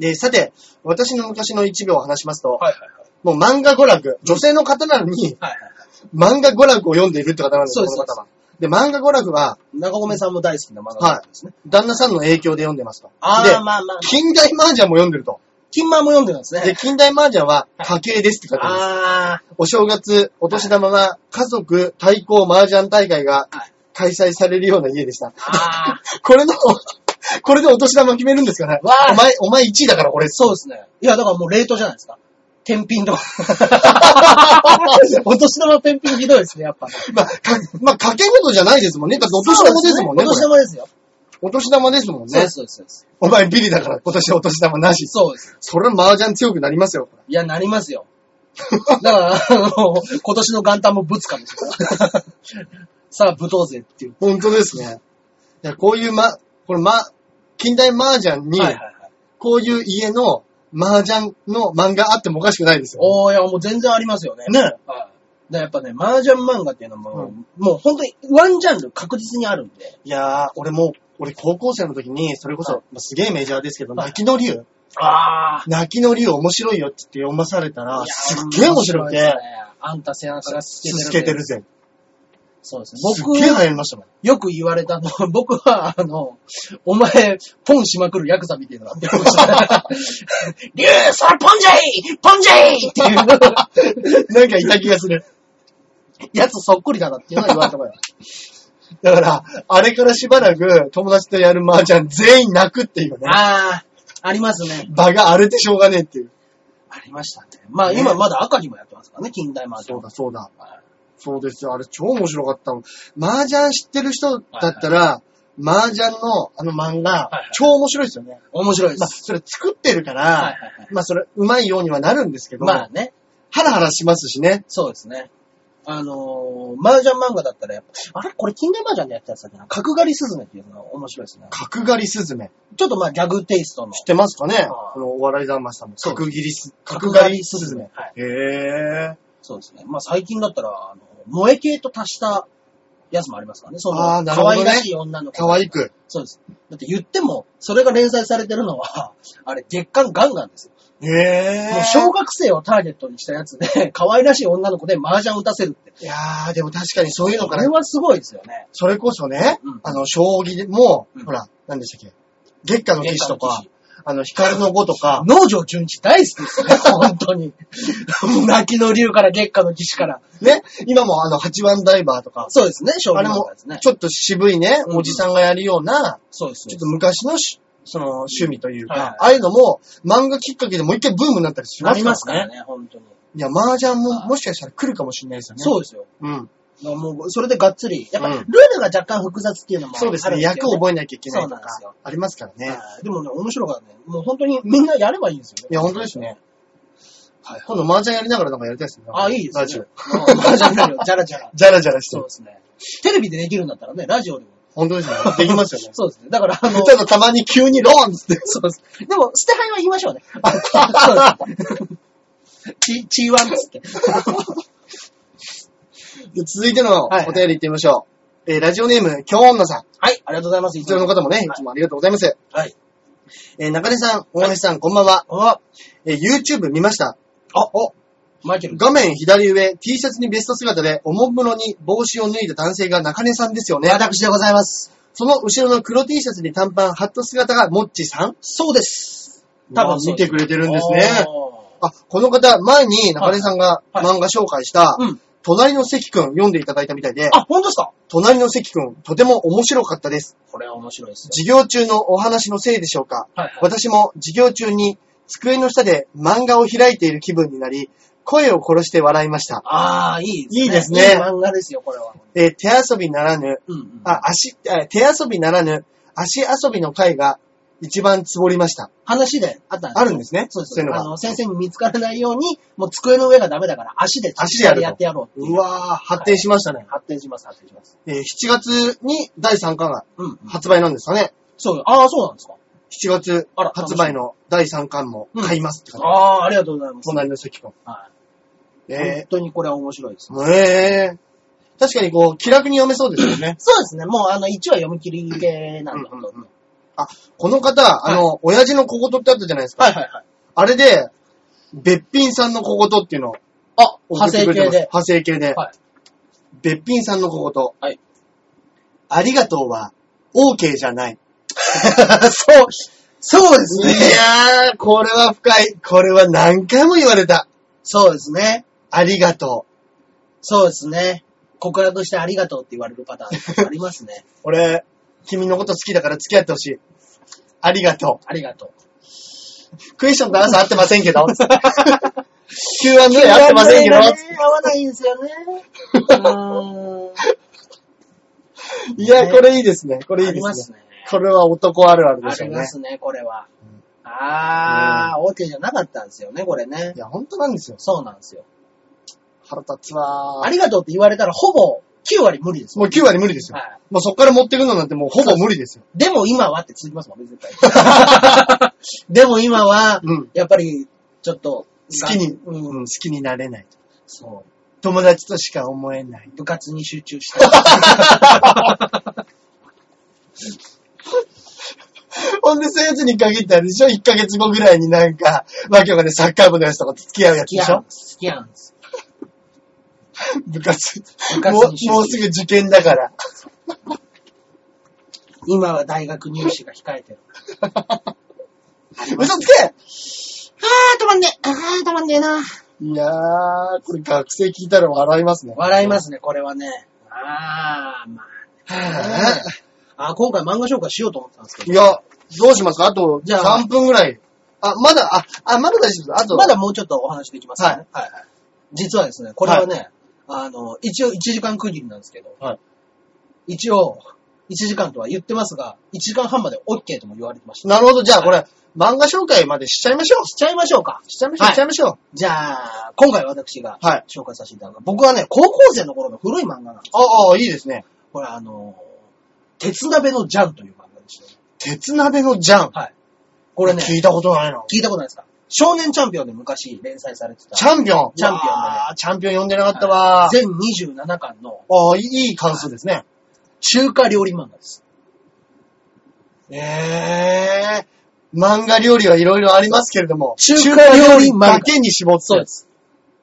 S1: で、さて、私の昔の一秒を話しますと、
S2: はいはいはい。
S1: もう漫画娯楽、女性の方なのに
S2: はいはいはい。
S1: 漫画娯楽を読んでいるって方なんですよ、
S2: そ
S1: こ
S2: うで
S1: の
S2: す
S1: 方は。で、漫画娯楽は
S2: 中込さんも大好きな漫画なんですね。
S1: 旦那さんの影響で読んでますと。
S2: ああ、
S1: で、
S2: まあまあ。
S1: 近代麻雀も読んでると。
S2: 金マも読んでるんです
S1: で、
S2: ね。
S1: 近代麻雀は家計ですって書いてます。
S2: ああ、
S1: お正月、お年玉は家族対抗麻雀大会が
S2: はい
S1: 開催されるような家でした。
S2: ああ、
S1: これの、これでお年玉決めるんですかね
S2: わあ
S1: お前、お前1位だから俺。
S2: そうですね。いや、だからもう冷凍じゃないですか。天 品とか。お年玉天品ひどいですね、やっぱ。
S1: まあ、か、まあ、賭け事じゃないですもんね。だってお年玉ですもんね。
S2: お年
S1: こ
S2: 玉ですよ。
S1: れお年玉ですもん
S2: そう
S1: ね
S2: で。す、そうですそうです。
S1: お前ビリだから今年お年玉なし。
S2: そうです。
S1: それ麻雀強くなりますよ。
S2: いや、なりますよ。だから、あの、今年の元旦もぶつかもしれない。さあ、ぶとうぜっていう。
S1: 本当ですね。いや、こういうま、これま、近代麻雀に、
S2: はいはいはい。
S1: こういう家の麻雀の漫画あってもおかしくないですよ。
S2: おー、いや、もう全然ありますよね。
S1: ね。
S2: はい。でやっぱね、麻雀漫画っていうのも、
S1: う
S2: もう本当にワンジャンル確実にあるんで。
S1: いやー、俺も、俺高校生の時に、それこそ、
S2: はい
S1: まあすげえメジャーですけど、
S2: はい
S1: 泣きの竜、
S2: ああ。
S1: 泣きの竜面白いよって言って読まされたら、すっげえ面白く
S2: いです
S1: て
S2: ね、あんた背中が透けてる。
S1: 続けてる。ぜ。
S2: そうですね。
S1: すっ
S2: 僕
S1: げえ流行りま したもん。
S2: よく言われたの、僕は、 あの、お前、ポンしまくるヤクザみたいなのって言われました。リュウ、それポンじゃいポンじゃいっていう
S1: なんかいた気がする。
S2: やつそっくりだなっていうのは言われたから。
S1: だから、あれからしばらく友達とやる麻雀全員泣くっていうね、
S2: ああ、ありますね。
S1: 場が荒れてしょうがねえっていう。
S2: ありましたね。まあ、今まだ赤にもやってますからね、近代マージ
S1: そ
S2: ョ
S1: う
S2: ン。
S1: だ、そうだ
S2: はい。
S1: そうですよ。あれ超面白かったもん。麻雀知ってる人だったら、麻雀のあの漫画
S2: いはい、
S1: 超面白いですよね。
S2: 面白いで
S1: まあ、
S2: す。
S1: それ作ってるか
S2: はい
S1: ら
S2: はいはい、
S1: まあ、それ、うまいようにはなるんですけど、
S2: まあね、
S1: ハラハラしますしね。
S2: そうですね。あのー、麻雀漫画だったらやっぱ、あれこれ近代麻雀でやったやつだっけな角刈りすずめっていうのが面白いですね。
S1: 角刈りスズメ。
S2: ちょっとまあギャグテイストの。
S1: 知ってますかね
S2: あー
S1: このお笑いざんまさんも。
S2: そう
S1: 角切りす、
S2: 角
S1: 角
S2: 刈
S1: 刈
S2: り
S1: り
S2: す
S1: ス
S2: ず
S1: ズ
S2: め
S1: メ。
S2: はい
S1: へー。
S2: そうですね。まあ最近だったら、あの、萌え系と足したやつもありますからね。その、
S1: あーなる
S2: 可
S1: ほどね
S2: 愛らしい女の子。
S1: 可愛。く。
S2: そうです。だって言っても、それが連載されてるのは、あれ、月刊ガンガンですよ。
S1: へー。
S2: もう小学生をターゲットにしたやつで、 可愛らしい女の子で麻雀打たせるって。
S1: いやー、でも確かにそういうの
S2: こ
S1: か
S2: れ
S1: な。
S2: はすごいですよね。
S1: それこそね
S2: うん、
S1: あの、将棋でも
S2: うん、
S1: ほら、何でしたっけ月下の騎士とか
S2: 月下の騎、
S1: あの、光の碁とか、
S2: 農場純一大好きです ね、本当に。 泣きの竜から月下の騎士から。
S1: ね、今もあの、八番ダイバーとか、
S2: そうですね、将棋
S1: あれ
S2: の
S1: も
S2: やつね、。
S1: ちょっと渋いね、
S2: うん
S1: おじさんがやるような、
S2: そうです。
S1: ちょっと昔のし、その、趣味というか、
S2: はいはい
S1: ああいうのも、漫画きっかけでもう一回ブームになったりし
S2: あ
S1: ますから
S2: りま
S1: ね
S2: すからね、本当に。
S1: いや、麻雀
S2: は
S1: も
S2: い
S1: もしかしたら来るかもしれないですよね。
S2: そうですよ。
S1: う。うん。
S2: のもう、それでがっつり。やっぱ、
S1: うん
S2: ルールが若干複雑っていうのもある
S1: そうですね。役を
S2: え
S1: 覚えなきゃいけないと
S2: そうなんです
S1: か
S2: よ、
S1: ありますからね。
S2: でもね、面白かったね。もう本当にみんなやればいいんですよね。
S1: いや、本当ですね。
S2: はい。
S1: 今度麻雀やりながらなんかやりたいですね。
S2: あ、いいで
S1: ラ
S2: す
S1: ジ
S2: ね
S1: オ。。
S2: うんラジオになるよ。じゃらじゃら。
S1: じゃらじゃらして
S2: そう
S1: る
S2: で。すね。テレビでできるんだったらね、ラジオでも。
S1: 本当ですね。できますよね。
S2: そうですね。だから、あ の、
S1: ただたまに急にローンっつって。
S2: そうです。でも、捨て牌は言いましょうね。そうですチチーワンっつって。
S1: 続いてのお
S2: はい
S1: 便り行ってみましょう。えーラジオネーム、京女さん。
S2: はい、ありがとうございます。い
S1: こちらの方もね、いつもありがとうございます。
S2: はい。
S1: えー中根さん、大橋さん、こんばんは。
S2: あ、
S1: えー YouTube 見ました。
S2: あ、お、マイケル。
S1: 画面左上、T シャツにベスト姿で、おもむろに帽子を脱いだ男性が中根さんですよね。
S2: 私でございます。
S1: その後ろの黒 T シャツに短パン、ハット姿がモッチさん
S2: そうです。多
S1: まあ
S2: 分そう
S1: 見
S2: で
S1: て
S2: す
S1: くれてるんですね。
S2: お
S1: あ、この方、前に中根さんが
S2: はい
S1: 漫画紹介した
S2: ー、うん。
S1: 隣の関くん読んでいただいたみたいで、
S2: あ、本当ですか
S1: 隣の関くん、とても面白かったです。
S2: これは面白いですよ。
S1: 授業中のお話のせいでしょうか。
S2: はいはい
S1: 私も授業中に机の下で漫画を開いている気分になり、声を殺して笑いました。
S2: ああ、いいですね。
S1: いいですね
S2: いい漫画ですよ、これは。
S1: えー手遊びならぬ、
S2: うんうん。
S1: あ、足、あ手遊びならぬ、足遊びの回が一番つぼりました。
S2: 話であったん
S1: あるんですね
S2: そうです。
S1: そういうのが
S2: あの、先生に見つからないように、もう机の上がダメだから、足で、
S1: 足でやると
S2: ってやろうっていう
S1: うわぁ、発展しましたね。
S2: 発展します、発展します。
S1: えー7月に第3巻が
S2: うん。
S1: 発売なんですかね。
S2: そうよ。ああ、そうなんですか。
S1: 7月
S2: あら
S1: 発売の第3巻も買いますって感じ。
S2: ああ、ありがとうございます。
S1: 隣の席も。
S2: はい本
S1: え
S2: 当にこれは面白いですね。
S1: ー、えー、確かにこう、気楽に読めそうですよね。
S2: そうですね。もう、あの、1話読み切り系なんだけど。
S1: うんうんこの方、あの、親父の小言ってあったじゃないですか。
S2: はいはいはい。
S1: あれで、べっぴんさんの小言っていうのを
S2: あ、
S1: 送
S2: 派
S1: って
S2: 生
S1: くれて
S2: 系
S1: ます。
S2: で。
S1: 派生系で。
S2: はい
S1: べっぴんさんの小言。
S2: はい
S1: ありがとうは、OK じゃない。
S2: そう、そうで
S1: い
S2: すね。
S1: やー、これは深い。これは何回も言われた。
S2: そうですね。
S1: ありがとう。
S2: そうですね。告白してありがとうって言われるパターンありま すね。
S1: 俺、君のこと好きだから付き合ってほしい。ありがと
S2: ありがとう。
S1: う。クエスチョンとアンサー合ってませんけ ど。Q&A 合ってませんけど。
S2: 合わないんですよね。
S1: いや、これいいですね。これいい
S2: あり
S1: で
S2: ますす
S1: ね。
S2: ね。
S1: これは男あるあるで
S2: あ
S1: しょ
S2: り
S1: う
S2: ま
S1: ね。
S2: すね、これは。あー、OK じゃなかったんですよね、これね
S1: い。や、本当なんですよ。
S2: そうなんですよ。
S1: 腹立つわ
S2: あ
S1: ー。
S2: りがとうって言われたら、ほぼ9割無理ですもん。
S1: もう9割無理ですよ。
S2: はい
S1: もうそっから持ってくのなんてもうほぼ無理ですよ。
S2: でも今はって続きますもんね、絶対。 でも今は、
S1: うん
S2: やっぱり、ちょっと、
S1: 好きに、
S2: う
S1: うん
S2: ん、
S1: 好きになれない。
S2: そ
S1: 友達としか思えない。
S2: う。部活に集中 したい。
S1: ほんで、そういうやつに限ってあれでしょ ?1 ヶ月後ぐらいになんか、わけわかんないサッカー部のやつとかと付き合うや
S2: 好
S1: つ
S2: き
S1: で
S2: や
S1: し
S2: ん
S1: ょ
S2: す。好きやんす。
S1: 部活。
S2: 部活
S1: もう
S2: に集中
S1: もうすぐ受験だから。
S2: 今は大学入試が控えてる。
S1: 嘘つけ
S2: あー、止まんねえ。あー、止まんねえな。
S1: いやー、これ学生聞いたら笑いますね。
S2: 笑いますね、これはね。あー、まあ、ね
S1: は。
S2: あー、今回漫画紹介しようと思ってたんですけ
S1: ぁい
S2: ど。
S1: や、どうしますかあと、
S2: じゃあ
S1: 3分ぐらい。あ、まだ、あ、あ、まだ大丈夫です。あと、
S2: まだもうちょっとお話できますかね。はい、はい、実はですね、これはね、あの、一応1時間区切りなんですけど、
S1: は
S2: 一応、1時間とは言ってますが、1時間半まで OK とも言われてました。
S1: なるほど。じゃあ、これ、漫画紹介までしちゃいましょう。
S2: しちゃいましょうか。
S1: しちゃいましょう。
S2: はい
S1: しちゃいましょう。
S2: じゃあ、今回私が
S1: はい
S2: 紹介させていただく、僕はね、高校生の頃の古い漫画なんです。
S1: ああ、いいですね。
S2: これあの、鉄鍋のジャンという漫画でした、ね。
S1: 鉄鍋のジャン。
S2: はい。これね、
S1: 聞いたことないな。
S2: 聞いたことないですか少年チャンピオンで昔連載されてた、
S1: チャンピオン。
S2: チャンピオンだね
S1: ああ、チャンピオン呼んでなかったわ。
S2: 全27巻の
S1: ああ、いい関数ですね。
S2: 中華料理漫画です。
S1: ええ漫画料理はいろいろありますけれども、
S2: 中華料理漫画
S1: だけに絞って。
S2: そうです。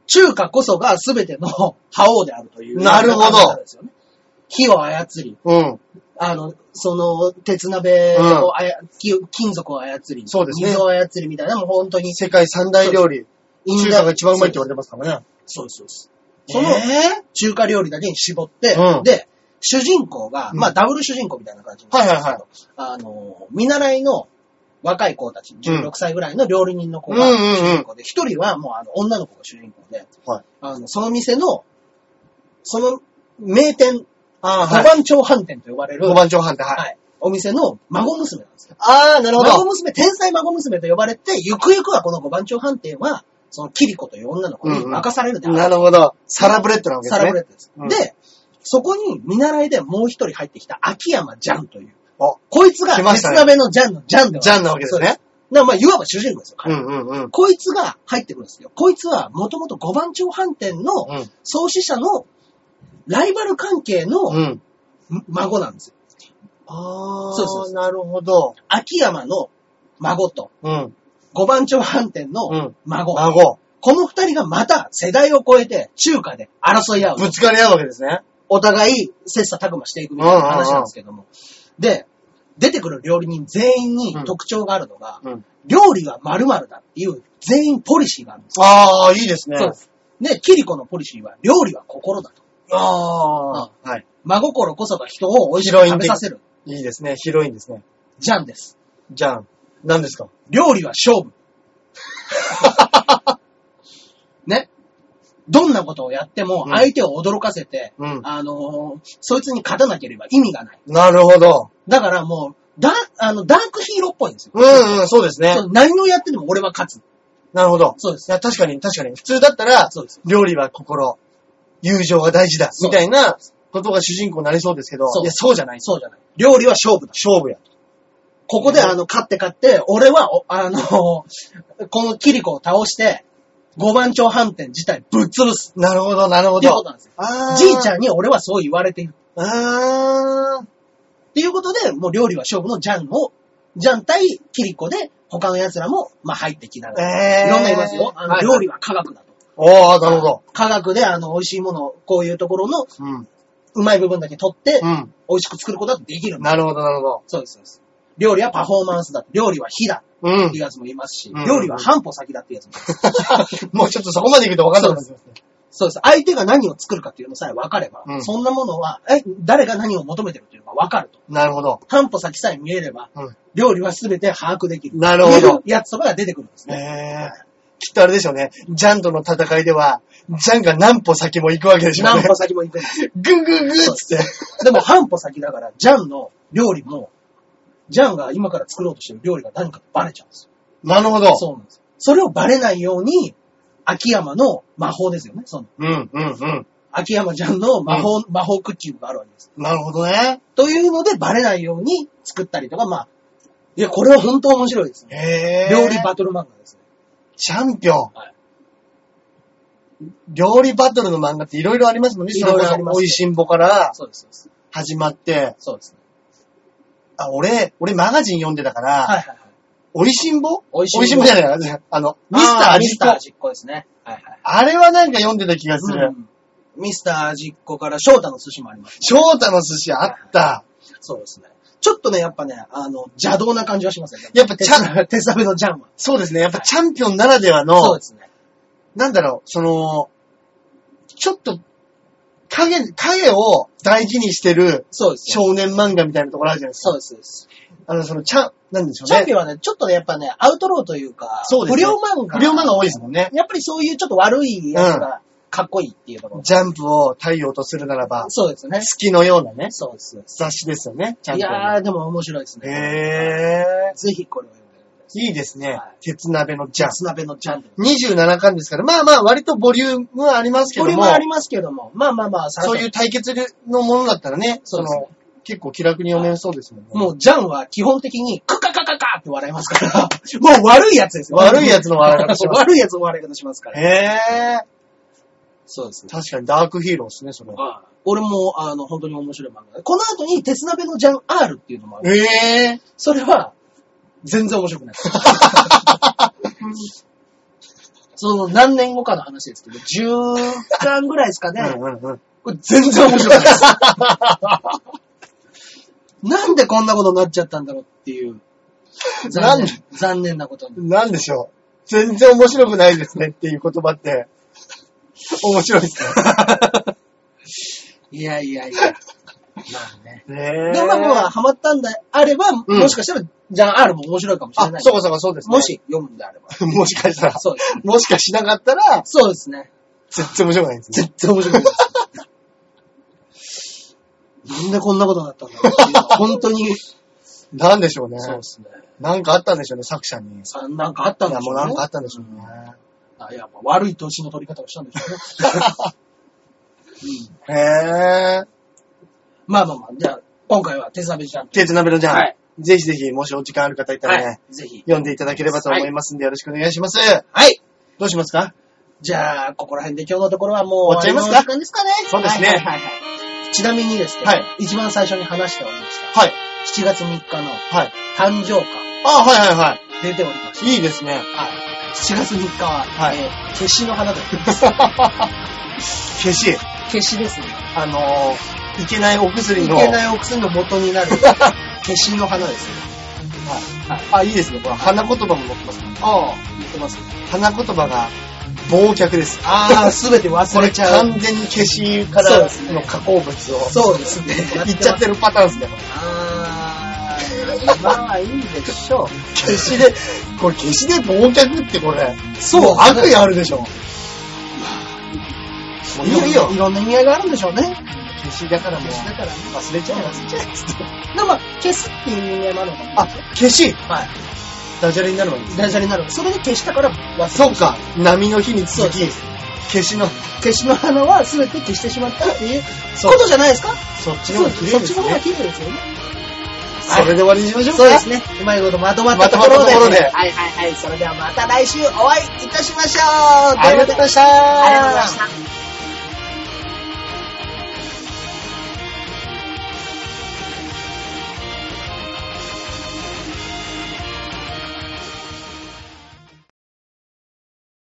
S2: 中華こそが全ての 覇王であるという。
S1: なるほど
S2: 考え方ですよね。火を操り、
S1: うん。
S2: あの、その、鉄鍋をあや、き金属を操り、
S1: そうですね
S2: 水を操りみたいな、もう本当に、
S1: 世界三大料理。
S2: イ
S1: 中華が一番うまいって言われてますからね。
S2: そうです、そうです。
S1: え
S2: その、中華料理だけに絞って、
S1: うん
S2: で、主人公が、
S1: うん
S2: まあ、ダブル主人公みたいな感じなんですけど、
S1: はいはい
S2: あの、見習いの若い子たち、16歳ぐらいの料理人の子が
S1: うんうんうん
S2: 主人公で、一、人はもうあの女の子が主人公で、
S1: はい
S2: あのその店の、その
S1: 名店、ああ、
S2: 五
S1: はい。
S2: 番町飯店と呼ばれる、
S1: 五番町飯店、はい。
S2: はいお店の孫娘なんですよ。
S1: ああ、なるほ
S2: 孫
S1: ど。
S2: 娘、天才孫娘と呼ばれて、ゆくゆくはこの五番町飯店は、そのキリコという女の子に任されるであろう
S1: なるほど。サラブレッドなわけです
S2: サ
S1: ね。
S2: ラブレッドです。
S1: うん
S2: で、そこに見習いでもう一人入ってきた秋山ジャンという。
S1: お
S2: こいつが、
S1: 来まし
S2: 鉄
S1: たね
S2: 鍋のジャンのジャンでは
S1: ジャンなわけです。
S2: そう
S1: ね。
S2: だからまあ、いわば主人公ですよ。
S1: うんうんうん。
S2: こいつが入ってくるんですよ。こいつは、もともと五番町飯店の
S1: うん
S2: 創始者のライバル関係
S1: う
S2: の
S1: ん。
S2: 孫なんですよ。
S1: ああ、
S2: そうそうそ
S1: なるほど。
S2: 秋山の孫と
S1: うん。
S2: 五番町飯店
S1: う
S2: の
S1: ん
S2: 孫。
S1: 孫。
S2: この二人がまた世代を超えて中華で争い合う。
S1: ぶつかり合うわけですね。
S2: お互い切磋琢磨していくみたいな話なんですけども。で、出てくる料理人全員に特徴があるのが、
S1: うん。
S2: 料理は〇〇だっていう全員ポリシーがあるんです
S1: ああ、いいですね。
S2: よ。す。で、キリコのポリシーは、料理は心だと。
S1: ああ、はい。
S2: 真心こそが人を美味しく食べさせる。
S1: いいですね。ヒロインですね。
S2: ジャンです。
S1: じゃん。何ですか
S2: 料理は 勝負。ね。どんなことをやっても
S1: うん
S2: 相手を驚かせて、
S1: うん
S2: あのーそいつに勝たなければ意味がない。
S1: なるほど。
S2: だからもう、ダーあの、ダークヒーローっぽいんですよ。
S1: うんうん、そうですね
S2: そ。う何をやってても俺は勝つ。
S1: なるほど。
S2: そうで
S1: い。や、確かに、確かに。普通だったら、
S2: そうです。
S1: 料理は心、友情が大事だ、
S2: そう
S1: みたいなことが主人公になりそうですけど、
S2: そう
S1: いや、そうじゃない。
S2: そうじゃない。料理は勝負だ。
S1: 勝負や。
S2: ここで、あの、勝って勝って、俺は、おあの、 このキリコを倒して、五番町飯店自体ぶっ潰す。
S1: なるほど、なるほ
S2: っていうこと
S1: ど。
S2: なんですよ。
S1: あ
S2: じいち
S1: ん。
S2: ゃんに俺はそう言われている。
S1: あー。
S2: っていうことで、もう料理は勝負のジャンを、ジャン対キリコで、他の奴らも、まあ、入ってきながら。
S1: えー。
S2: いろんな言いますよ。あの、
S1: はい
S2: 料理は科学だと。
S1: おー、なるほど。
S2: 科学で、あの、美味しいものを、こういうところの、
S1: うん。
S2: うまい部分だけ取って、
S1: うん。
S2: 美味しく作ることだってできるんだ
S1: なるほど、なるほど。
S2: そうです、そうです。料理はパフォーマンスだ。料理は火だ
S1: う
S2: っ
S1: ん
S2: ていう。やつもいますし、
S1: うん
S2: 料理は半歩先だっていうやつもいま す。
S1: もうちょっとそこまで行くと分かんなくなってきますね。
S2: そうです。相手が何を作るかっていうのさえ分かれば、
S1: うん
S2: そんなものは、え、誰が何を求めてるっていうのが分かると。
S1: なるほど。
S2: 半歩先さえ見えれば、
S1: うん
S2: 料理は全て把握できる。
S1: なるほど
S2: っていうやつとかが出てくるんです
S1: え
S2: ね。
S1: えきっとあれでしょうね。ジャンとの戦いでは、ジャンが何歩先も行くわけでしょう
S2: 何
S1: ね。
S2: 歩先も行くんですよ。
S1: ぐんぐんぐんっつって。
S2: でも半歩先だから、ジャンの料理も、ジャンが今から作ろうとしてる料理が何かバレちゃうんですよ。
S1: なるほど。
S2: そうなんですよ。それをバレないように、秋山の魔法ですよね。その
S1: うん、うん、うん。
S2: 秋山ちゃんの魔法、魔法クッキングがあるわけです。
S1: なるほどね。
S2: というので、バレないように作ったりとか、まあ、いや、これは本当面白いですね。
S1: ええ
S2: 料理バトル漫画ですね。
S1: チャンピオン。
S2: はい
S1: 料理バトルの漫画っていろいろありますもんね。
S2: いろいろあります
S1: 美味しんぼから
S2: そうです、そうです。
S1: 始まって。
S2: そうですね。
S1: あ、俺、俺マガジン読んでたから、
S2: はいはいはい。
S1: 美味しんぼ
S2: 美味しんぼ
S1: 美味しんぼじゃないあの、ミスター
S2: あ
S1: 味
S2: ミ
S1: っ
S2: ス
S1: 子
S2: ター実行ですね。はいはい。
S1: あれはなんか読んでた気がする。
S2: うんミスター実行から翔太の寿司もあります。
S1: 翔太の寿司あった。
S2: そうですね。ちょっとね、やっぱね、あの、邪道な感じはしますね。
S1: やっぱ
S2: 手
S1: ちゃん
S2: さ、手サのジャンは。
S1: そうですね。やっぱチャンピオンならではの、
S2: そうですね。
S1: なんだろう、その、ちょっと、影、影を大事にしてる
S2: そうですね。
S1: 少年漫画みたいなところあるじゃないです
S2: そ
S1: か。
S2: うですそうです。
S1: あの、その、チャン、なんでしょう
S2: チャン
S1: ね。
S2: ピオンはね、ちょっとね、やっぱね、アウトローというか、
S1: そうです
S2: 不
S1: ね
S2: 良漫画。
S1: 不良漫画多いですもんね。
S2: やっぱりそういうちょっと悪いやつがかっこいいっていうところ。
S1: ジャンプを太陽とするならば、
S2: そうですね。
S1: 月のようなね、
S2: そうです。
S1: 雑誌ですよね、チャン
S2: い
S1: ピオン
S2: やー、でも面白いです
S1: の。
S2: ね。
S1: へー。
S2: ぜひこれを読んでくださ
S1: いいですね
S2: は。
S1: 鉄鍋のジャン
S2: い。。砂辺のジャンル。
S1: 27巻ですから、まあまあ割とボリュームはありますけ
S2: こ
S1: ども、
S2: れもありますけども、まあまあまあ、さらっ
S1: そ
S2: と
S1: ういう対決のものだったらね、
S2: そ
S1: そう
S2: ですね
S1: の、結構気楽に読めそうですもんね。
S2: もうジャンは基本的に、クカカカカって笑います から、もう悪いやつですよ。
S1: 悪いやつの笑い方します
S2: 悪いやつの笑い方しますから。
S1: へえ。
S2: そうですね。
S1: 確かにダークヒーローですね、それ。
S2: 俺も、あの、本当に面白い漫画で。この後に、鉄鍋のジャン R っていうのもある。
S1: ええ。
S2: それは、全然面 白くない。その、何年後かの話ですけど、10巻ぐらいですかね。
S1: うんうんうん。
S2: これ全然面白くないです。なんでこんなことになっちゃったんだろうっていう。残
S1: なん
S2: 念。残念なことに。
S1: なんでしょう。全然面白くないですねっていう言葉って、面白いですね。
S2: いやいやいや。まあね。
S1: ねえ
S2: で、まあまあ、ハマったんであれば、
S1: うん
S2: もしかしたら、ジャン・アールも面白いかもしれ
S1: あ
S2: な、い。
S1: そうかそうかそうですね。
S2: も。し読むんであれば。
S1: もしかしたら、
S2: そうですね。
S1: もしかしなかったら、
S2: そうですね。
S1: 全然面白くないんですね。
S2: 全然面白くないです。なんでこんなことになったんだろうっていうのは本当に、
S1: なんでしょうね。
S2: そうですね。
S1: なんかあったんでしょうね、作者に。い
S2: さなんかあったん
S1: や、
S2: だ
S1: も
S2: も
S1: うんな
S2: ね
S1: んかあったんでしょうね。
S2: あやっぱ悪い年の取り方をしたんでしょうね。 うん
S1: へぇー。
S2: まあまあまあ、じゃあ、今回は手サビじゃん。
S1: 手つなべろじゃん。
S2: はい
S1: ぜひぜひ、もしお時間ある方いたらね、
S2: はい。ぜひ。
S1: 読んでいただければと思いますんで、よろしくお願いします。
S2: はい。
S1: どうしますか
S2: じゃあ、ここら辺で今日のところはもう
S1: 終わっちゃいますか
S2: 終わりの時間ですかね。
S1: そうですね
S2: はいはいはいちなみにですね、
S1: はい
S2: 一番最初に話しておりました、
S1: はい。
S2: 7月3日の
S1: はい。
S2: 誕生
S1: あ、はいはいは
S2: 花出ておりまし
S1: い。いいですね。
S2: た。はい。7月3日は、
S1: はい
S2: えー、消しの花と言い ます。
S1: 消し、
S2: 消しですね。
S1: あのー、いけないお薬
S2: い
S1: の。
S2: けないお薬の元になる消しの花ですね。
S1: あ、いいですね。これ、花言葉も載ってます、ね。
S2: ああ、言ってます。
S1: 花言葉が、忘却です。
S2: あ あ、すべて忘
S1: これ
S2: れちゃう。
S1: 完全に消しからの加工物を、
S2: そうですね。
S1: いっちゃってるパターンですね。
S2: あー、まあいいでしょう。
S1: 消しで、これ消しで忘却ってこれ、
S2: そう
S1: も悪意あるでしょ。もういいよいいよ
S2: い。ろんな意味合いがあるんでしょうね。
S1: 消しだからもう、
S2: 消しだからね。
S1: 忘れちゃえ忘れちゃえっつって。
S2: でもまあ、消すっていう意味合いもあるのかな。
S1: あ、消し
S2: はい。
S1: ダジャレになるわけですね。
S2: 大事になる。それで消したから忘れ
S1: そうか、波の日に続き
S2: そう、
S1: 消しの、
S2: 消しの花は全て消してしまったっていうことじゃないですか
S1: そっちの方が綺麗
S2: そうそ
S1: で
S2: っちの
S1: す
S2: 方が
S1: ね。
S2: 綺麗ですよね。
S1: それで終わりにしましょうか。
S2: そうですね。うまいことまとまったところ
S1: ま
S2: で。
S1: とまったところで
S2: はいはいはい。それではまた来週お会いいたしましょう。
S1: ありがとうございました。
S2: ありがとうございました。